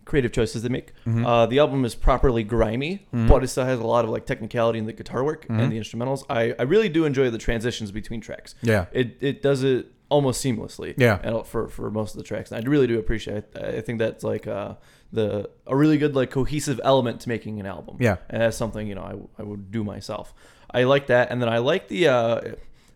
Speaker 2: creative choices they make.
Speaker 1: Mm-hmm.
Speaker 2: Uh, the album is properly grimy, but it still has a lot of like technicality in the guitar work
Speaker 1: Mm-hmm.
Speaker 2: and the instrumentals. I, I really do enjoy the transitions between tracks.
Speaker 1: Yeah.
Speaker 2: it it does it almost seamlessly.
Speaker 1: Yeah.
Speaker 2: and for for most of the tracks, and I really do appreciate. It. I think that's like uh the a really good like cohesive element to making an album.
Speaker 1: Yeah.
Speaker 2: and that's something you know I, I would do myself. I like that, and then I like the uh,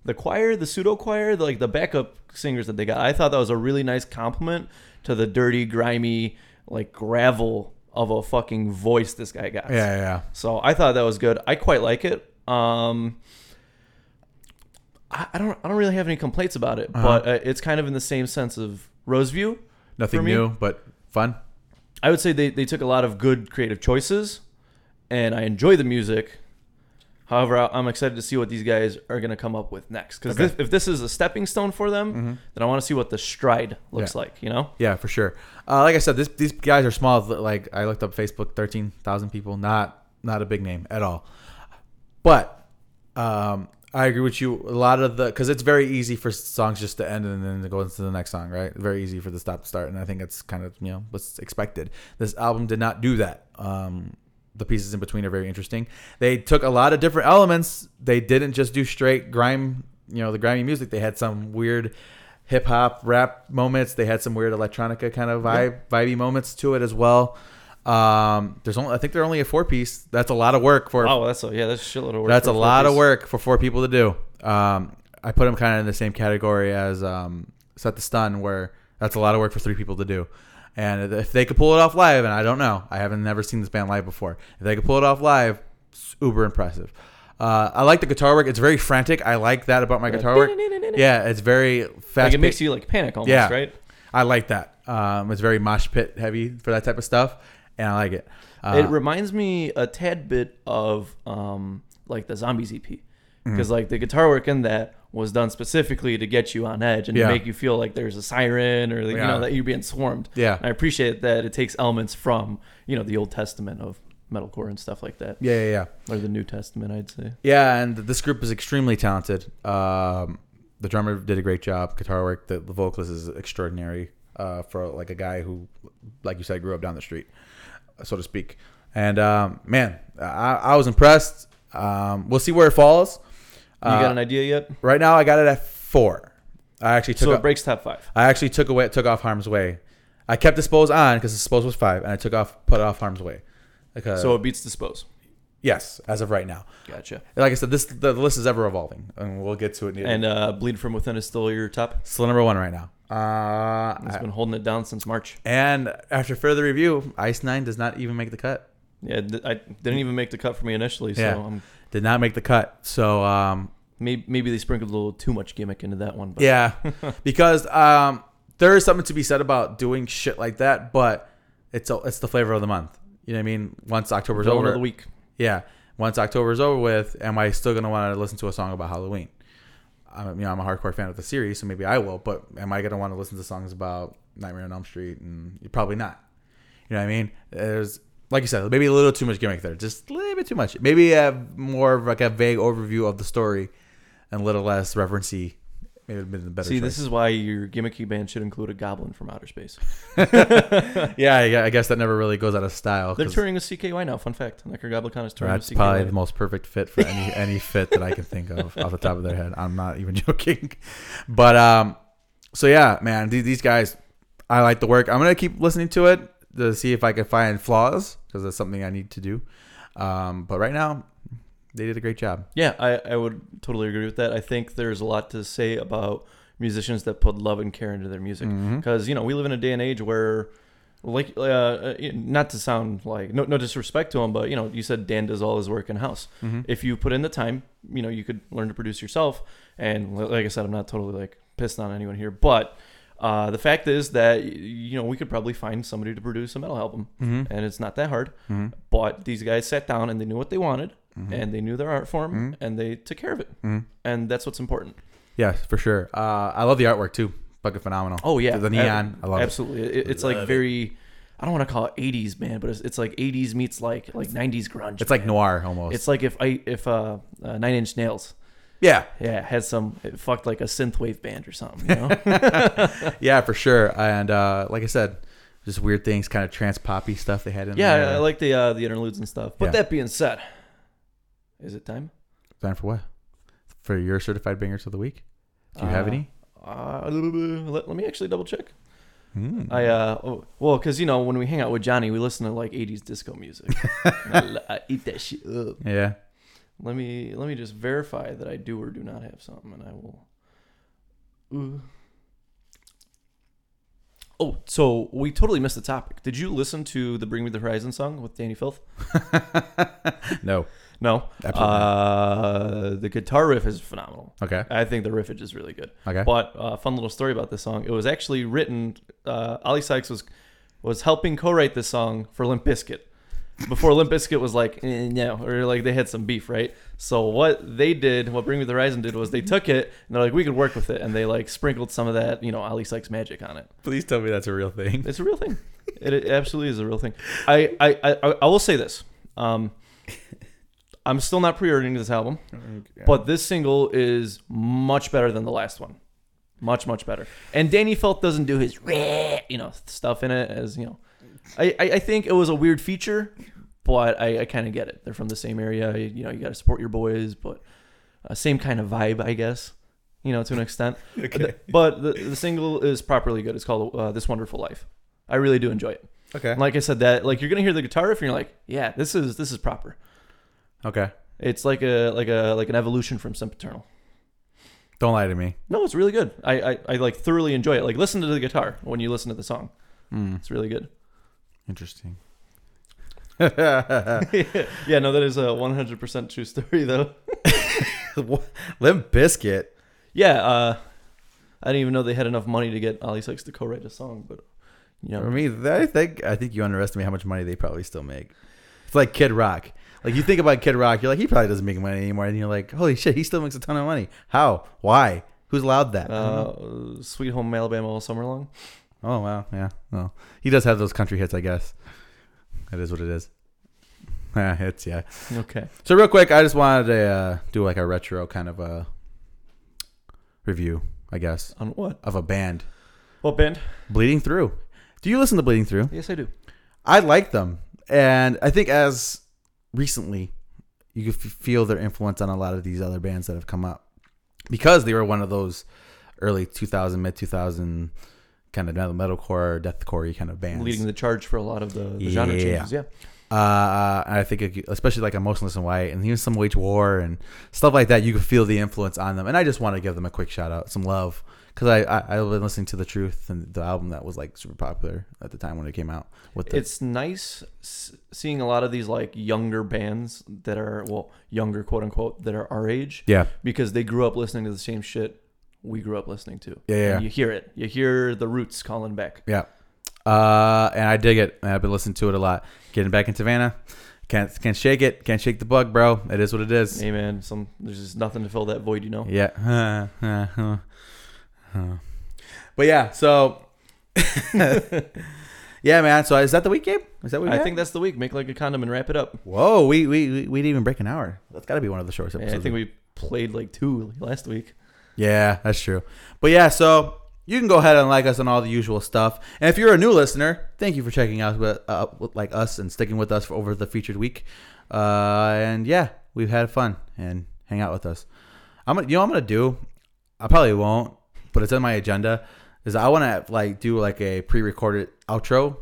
Speaker 2: the choir, the pseudo choir, the, like the backup singers that they got. I thought that was a really nice compliment to the dirty, grimy, like gravel of a fucking voice this guy got.
Speaker 1: Yeah, yeah,
Speaker 2: So I thought that was good. I quite like it. Um, I, I don't I don't really have any complaints about it,
Speaker 1: Uh-huh.
Speaker 2: but uh, it's kind of in the same sense of Roseview.
Speaker 1: nothing
Speaker 2: For me-
Speaker 1: new, but fun.
Speaker 2: I would say they, they took a lot of good creative choices, and I enjoy the music. However, I- I'm excited to see what these guys are going to come up with next. Because
Speaker 1: Okay. Mm-hmm.
Speaker 2: if, this is a stepping stone for them, then I want to see what the stride looks
Speaker 1: Yeah.
Speaker 2: like. You know,
Speaker 1: Yeah, for sure. Uh, like I said, this, these guys are small. Like I looked up Facebook, thirteen thousand people. Not not a big name at all. But um, I agree with you. A lot of the because it's very easy for songs just to end and then to go into the next song, right? Very easy for the stop to start, and I think that's kind of you know what's expected. This album did not do that. Um, the pieces in between are very interesting. They took a lot of different elements. They didn't just do straight grime, you know, the grimy music. They had some weird hip hop rap moments. They had some weird electronica kind of vibe vibey moments to it as well. Um, there's only I think they're only a four piece. That's a lot of work for a
Speaker 2: oh, that's a, yeah, that's a shitload of work.
Speaker 1: that's
Speaker 2: for
Speaker 1: a lot of
Speaker 2: focus.
Speaker 1: work for four people to do. Um, I put them kind of in the same category as um, Set the Stun, where that's a lot of work for three people to do. And if they could pull it off live, and I don't know, I haven't never seen this band live before. If they could pull it off live, it's uber impressive. Uh, I like the guitar work. It's very frantic. I like that about my guitar work. Yeah, it's very fast.
Speaker 2: Like it makes you like panic almost,
Speaker 1: Yeah.
Speaker 2: right?
Speaker 1: I like that. Um, it's very mosh pit heavy for that type of stuff, and I like it. Uh,
Speaker 2: it reminds me a tad bit of um, like the Zombies EP because like the guitar work in that was done specifically to get you on edge and
Speaker 1: Yeah.
Speaker 2: to make you feel like there's a siren or like, you
Speaker 1: Yeah.
Speaker 2: know that you're being swarmed.
Speaker 1: Yeah.
Speaker 2: And I appreciate that it takes elements from you know the Old Testament of metalcore and stuff like that,
Speaker 1: yeah, yeah, yeah.
Speaker 2: or the New Testament, I'd say.
Speaker 1: Yeah, and this group is extremely talented. Um, the drummer did a great job. Guitar work. The, the vocalist is extraordinary uh, for like a guy who, like you said, grew up down the street, so to speak. And um, man, I, I was impressed. Um, we'll see where it falls.
Speaker 2: You got
Speaker 1: Uh,
Speaker 2: an idea yet?
Speaker 1: right now, I got it at four. I actually took
Speaker 2: So
Speaker 1: up,
Speaker 2: it breaks top five.
Speaker 1: I actually took away took off harm's way. I kept dispose on because dispose was five, and I took off put it off harm's way. Because,
Speaker 2: So it beats Dispose.
Speaker 1: yes, as of right now,
Speaker 2: Gotcha.
Speaker 1: like I said, this the list is ever evolving, and we'll get to it.
Speaker 2: And uh, Bleed from Within is still your top.
Speaker 1: Still number one right now. Uh,
Speaker 2: It's
Speaker 1: I-
Speaker 2: been holding it down since March.
Speaker 1: and after further review, Ice Nine does not even make the cut.
Speaker 2: Yeah, th- I didn't even make the cut for me initially, so
Speaker 1: Yeah.
Speaker 2: I'm,
Speaker 1: Did not make the cut. So um,
Speaker 2: maybe maybe they sprinkled a little too much gimmick into that one. But
Speaker 1: yeah, because um, there is something to be said about doing shit like that, but it's it's the flavor of the month. You know what I mean? Once October's
Speaker 2: villain
Speaker 1: over,
Speaker 2: of the week.
Speaker 1: yeah. Once October's over with, am I still gonna want to listen to a song about Halloween? I mean, you know, I'm a hardcore fan of the series, so maybe I will. But am I gonna want to listen to songs about Nightmare on Elm Street? And probably not. You know what I mean? There's like you said, maybe a little too much gimmick there, just a little bit too much. Maybe a more of like a vague overview of the story, and a little less referencey. Maybe it'd been the better.
Speaker 2: See,
Speaker 1: choice.
Speaker 2: this is why your gimmicky band should include a goblin from outer space.
Speaker 1: yeah, I I guess that never really goes out of style.
Speaker 2: They're
Speaker 1: Oh, 'cause
Speaker 2: turning to CKY now. Fun fact: Necrogoblicon is turning
Speaker 1: That's
Speaker 2: to CKY.
Speaker 1: probably the most perfect fit for any any fit that I can think of off the top of their head. I'm not even joking. But um, so yeah, man, these, these guys, I like the work. I'm gonna keep listening to it to see if I can find flaws because that's something I need to do. Um, but right now, they did a great job.
Speaker 2: Yeah, I, I would totally agree with that. I think there's a lot to say about musicians that put love and care into their music
Speaker 1: Mm-hmm.
Speaker 2: because you know we live in a day and age where, like, uh, uh, not to sound like no no disrespect to him, but you know you said Dan does all his work in house.
Speaker 1: Mm-hmm.
Speaker 2: If you put in the time, you know you could learn to produce yourself. And li- like I said, I'm not totally like pissed on anyone here, but. Uh, the fact is that y- you know we could probably find somebody to produce a metal album,
Speaker 1: Mm-hmm.
Speaker 2: and it's not that hard. But these guys sat down and they knew what they wanted,
Speaker 1: Mm-hmm.
Speaker 2: and they knew their art form, and they took care of it, and that's what's important.
Speaker 1: Yeah, for sure. Uh, I love the artwork too. Fucking phenomenal.
Speaker 2: Oh yeah,
Speaker 1: the neon. I love it.
Speaker 2: absolutely. It- it's like very, I don't want to call it '80s man, but it's, it's like '80s meets like like '90s grunge.
Speaker 1: It's like noir almost.
Speaker 2: it's like if I if uh, uh Nine Inch Nails.
Speaker 1: yeah,
Speaker 2: Yeah, had some it fucked like a synthwave band or something. You know,
Speaker 1: yeah, for sure. And uh, like I said, just weird things, kind of trance poppy stuff they had in there.
Speaker 2: yeah, I like the uh, the interludes and stuff. But
Speaker 1: Yeah.
Speaker 2: that being said, is it time?
Speaker 1: Time for what? For your certified bangers of the week? Do you have
Speaker 2: Uh,
Speaker 1: any?
Speaker 2: Uh, let, let me actually double check.
Speaker 1: Hmm.
Speaker 2: I uh oh, well, cause you know when we hang out with Johnny, we listen to like '80s disco music. And I, l- I eat that shit up.
Speaker 1: yeah.
Speaker 2: Let me let me just verify that I do or do not have something, and I will. Ooh. Oh, so we totally missed the topic. Did you listen to the "Bring Me the Horizon" song with Danny Filth?
Speaker 1: No.
Speaker 2: No.
Speaker 1: Absolutely
Speaker 2: Uh, the guitar riff is phenomenal.
Speaker 1: Okay.
Speaker 2: I think the riffage is really good.
Speaker 1: Okay.
Speaker 2: But uh, fun little story about this song. It was actually written. Uh, Ali Sykes was was helping co-write this song for Limp Bizkit before Limp Bizkit was like, eh, no, or like they had some beef, right? So what they did, what Bring Me the Horizon did, was they took it and they're like, we could work with it, and they like sprinkled some of that, you know, Ali Sykes magic on it.
Speaker 1: Please tell me that's a real thing.
Speaker 2: It's a real thing. It, it absolutely is a real thing. I I, I, I will say this. Um, I'm still not pre-ordering this album, but this single is much better than the last one. Much much better. And Danny Felt doesn't do his you know stuff in it as you know. I I, I think it was a weird feature, but I, I kind of get it. They're from the same area. You, you know, you got to support your boys, but uh, same kind of vibe, I guess. You know, to an extent.
Speaker 1: Okay.
Speaker 2: But the, the single is properly good. It's called uh, "This Wonderful Life." I really do enjoy it.
Speaker 1: Okay.
Speaker 2: And like I said, that like you're gonna hear the guitar riff, and you're like, yeah, this is this is proper.
Speaker 1: Okay.
Speaker 2: It's like a like a like an evolution from Sempiternal.
Speaker 1: Don't lie to me.
Speaker 2: No, it's really good. I, I I like thoroughly enjoy it. Like listen to the guitar when you listen to the song. It's really good.
Speaker 1: Interesting.
Speaker 2: yeah, no, that is a 100% true story though.
Speaker 1: Limp Biscuit.
Speaker 2: Yeah, uh, I didn't even know they had enough money to get Ali Sykes to co-write a song, but you know,
Speaker 1: For me, that- I think I think you underestimate how much money they probably still make. It's like Kid Rock. Like you think about Kid Rock, you're like, he probably doesn't make money anymore, and you're like, holy shit, he still makes a ton of money. How? Why? Who's allowed that?
Speaker 2: uh, "Sweet Home Alabama" all summer long.
Speaker 1: oh wow, yeah. No. He does have those country hits, I guess. That is what it is. Yeah, hits, yeah.
Speaker 2: Okay.
Speaker 1: So real quick, I just wanted to uh, do like a retro kind of a review, I guess,
Speaker 2: On what?
Speaker 1: of a band,
Speaker 2: What band?
Speaker 1: Bleeding Through. Do you listen to Bleeding Through?
Speaker 2: Yes, I do.
Speaker 1: I like them, and I think as recently, you could f- feel their influence on a lot of these other bands that have come up because they were one of those early 2000 mid 2000 kind of metalcore deathcore kind of bands
Speaker 2: Leading the charge for a lot of the, the
Speaker 1: Yeah.
Speaker 2: genre changes. Yeah.
Speaker 1: Uh, and I think, it- especially like emotionless and white, and even some wage war and stuff like that, you can feel the influence on them. And I just want to give them a quick shout out, some love, because I, I I've been listening to the Truth and the album that was like super popular at the time when it came out. With the,
Speaker 2: It's nice s- seeing a lot of these like younger bands that are well younger quote unquote that are our age
Speaker 1: yeah,
Speaker 2: because they grew up listening to the same shit we grew up listening to.
Speaker 1: Yeah, yeah.
Speaker 2: And you hear it. You hear the roots calling back.
Speaker 1: Yeah. Uh, and I dig it. And I've been listening to it a lot. Getting back in Savannah. Can't can't shake it. Can't shake the bug, bro. It is what it is.
Speaker 2: Hey man, some there's just nothing to fill that void, you know.
Speaker 1: Yeah. but yeah, so Yeah, man. So is that the week, Gabe? Is that what we
Speaker 2: I
Speaker 1: had?
Speaker 2: think that's the week. Make like a condom and wrap it up.
Speaker 1: Whoa, we, we we we didn't even break an hour. That's gotta be one of the shortest
Speaker 2: Yeah,
Speaker 1: episodes.
Speaker 2: I think we played like two last week.
Speaker 1: Yeah, that's true. But yeah, so you can go ahead and like us on all the usual stuff. And if you're a new listener, thank you for checking out with, uh, with, like us and sticking with us for over the featured week. Uh, and yeah, we've had fun and hang out with us. I'm gonna, you know, what I'm gonna do. I probably won't, but it's on my agenda. Is I want to like do like a pre-recorded outro,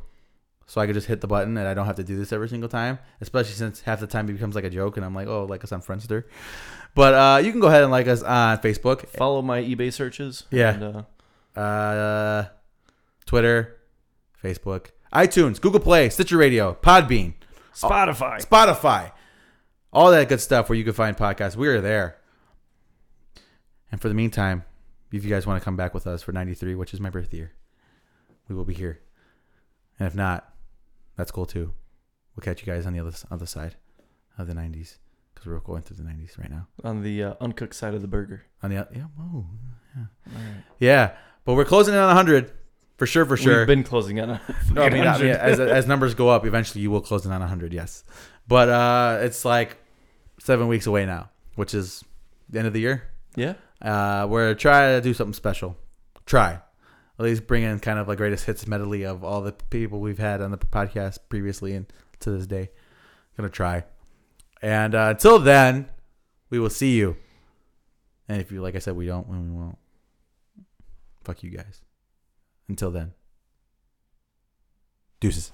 Speaker 1: so I could just hit the button and I don't have to do this every single time. Especially since half the time it becomes like a joke, and I'm like, oh, like us on Friendster. But uh, you can go ahead and like us on Facebook
Speaker 2: Follow my eBay searches.
Speaker 1: Yeah.
Speaker 2: And, uh,
Speaker 1: uh, Twitter, Facebook, iTunes, Google Play, Stitcher Radio, Podbean,
Speaker 2: Spotify.
Speaker 1: Spotify, all that good stuff where you can find podcasts. We are there. And for the meantime, if you guys want to come back with us for 93, which is my birth year, we will be here. And if not, that's cool too. We'll catch you guys on the other, other side of the 90s because we're going through the 90s right now.
Speaker 2: on the uh, uncooked side of the burger.
Speaker 1: On the, o- yeah, whoa.
Speaker 2: All right.
Speaker 1: Yeah, but we're closing in on 100 for sure, for sure.
Speaker 2: We've been closing on.
Speaker 1: No, I mean, I mean, as, as numbers go up, eventually you will close in on 100, yes. But uh, it's like seven weeks away now, which is the end of the year.
Speaker 2: yeah.
Speaker 1: Uh, we're trying to do something special. Try. At least bring in kind of a greatest hits medley of all the people we've had on the podcast previously and to this day. Gonna try. And uh, until then, we will see you. And if you, like I said, we don't, then we won't. Fuck you guys. Until then. Deuces.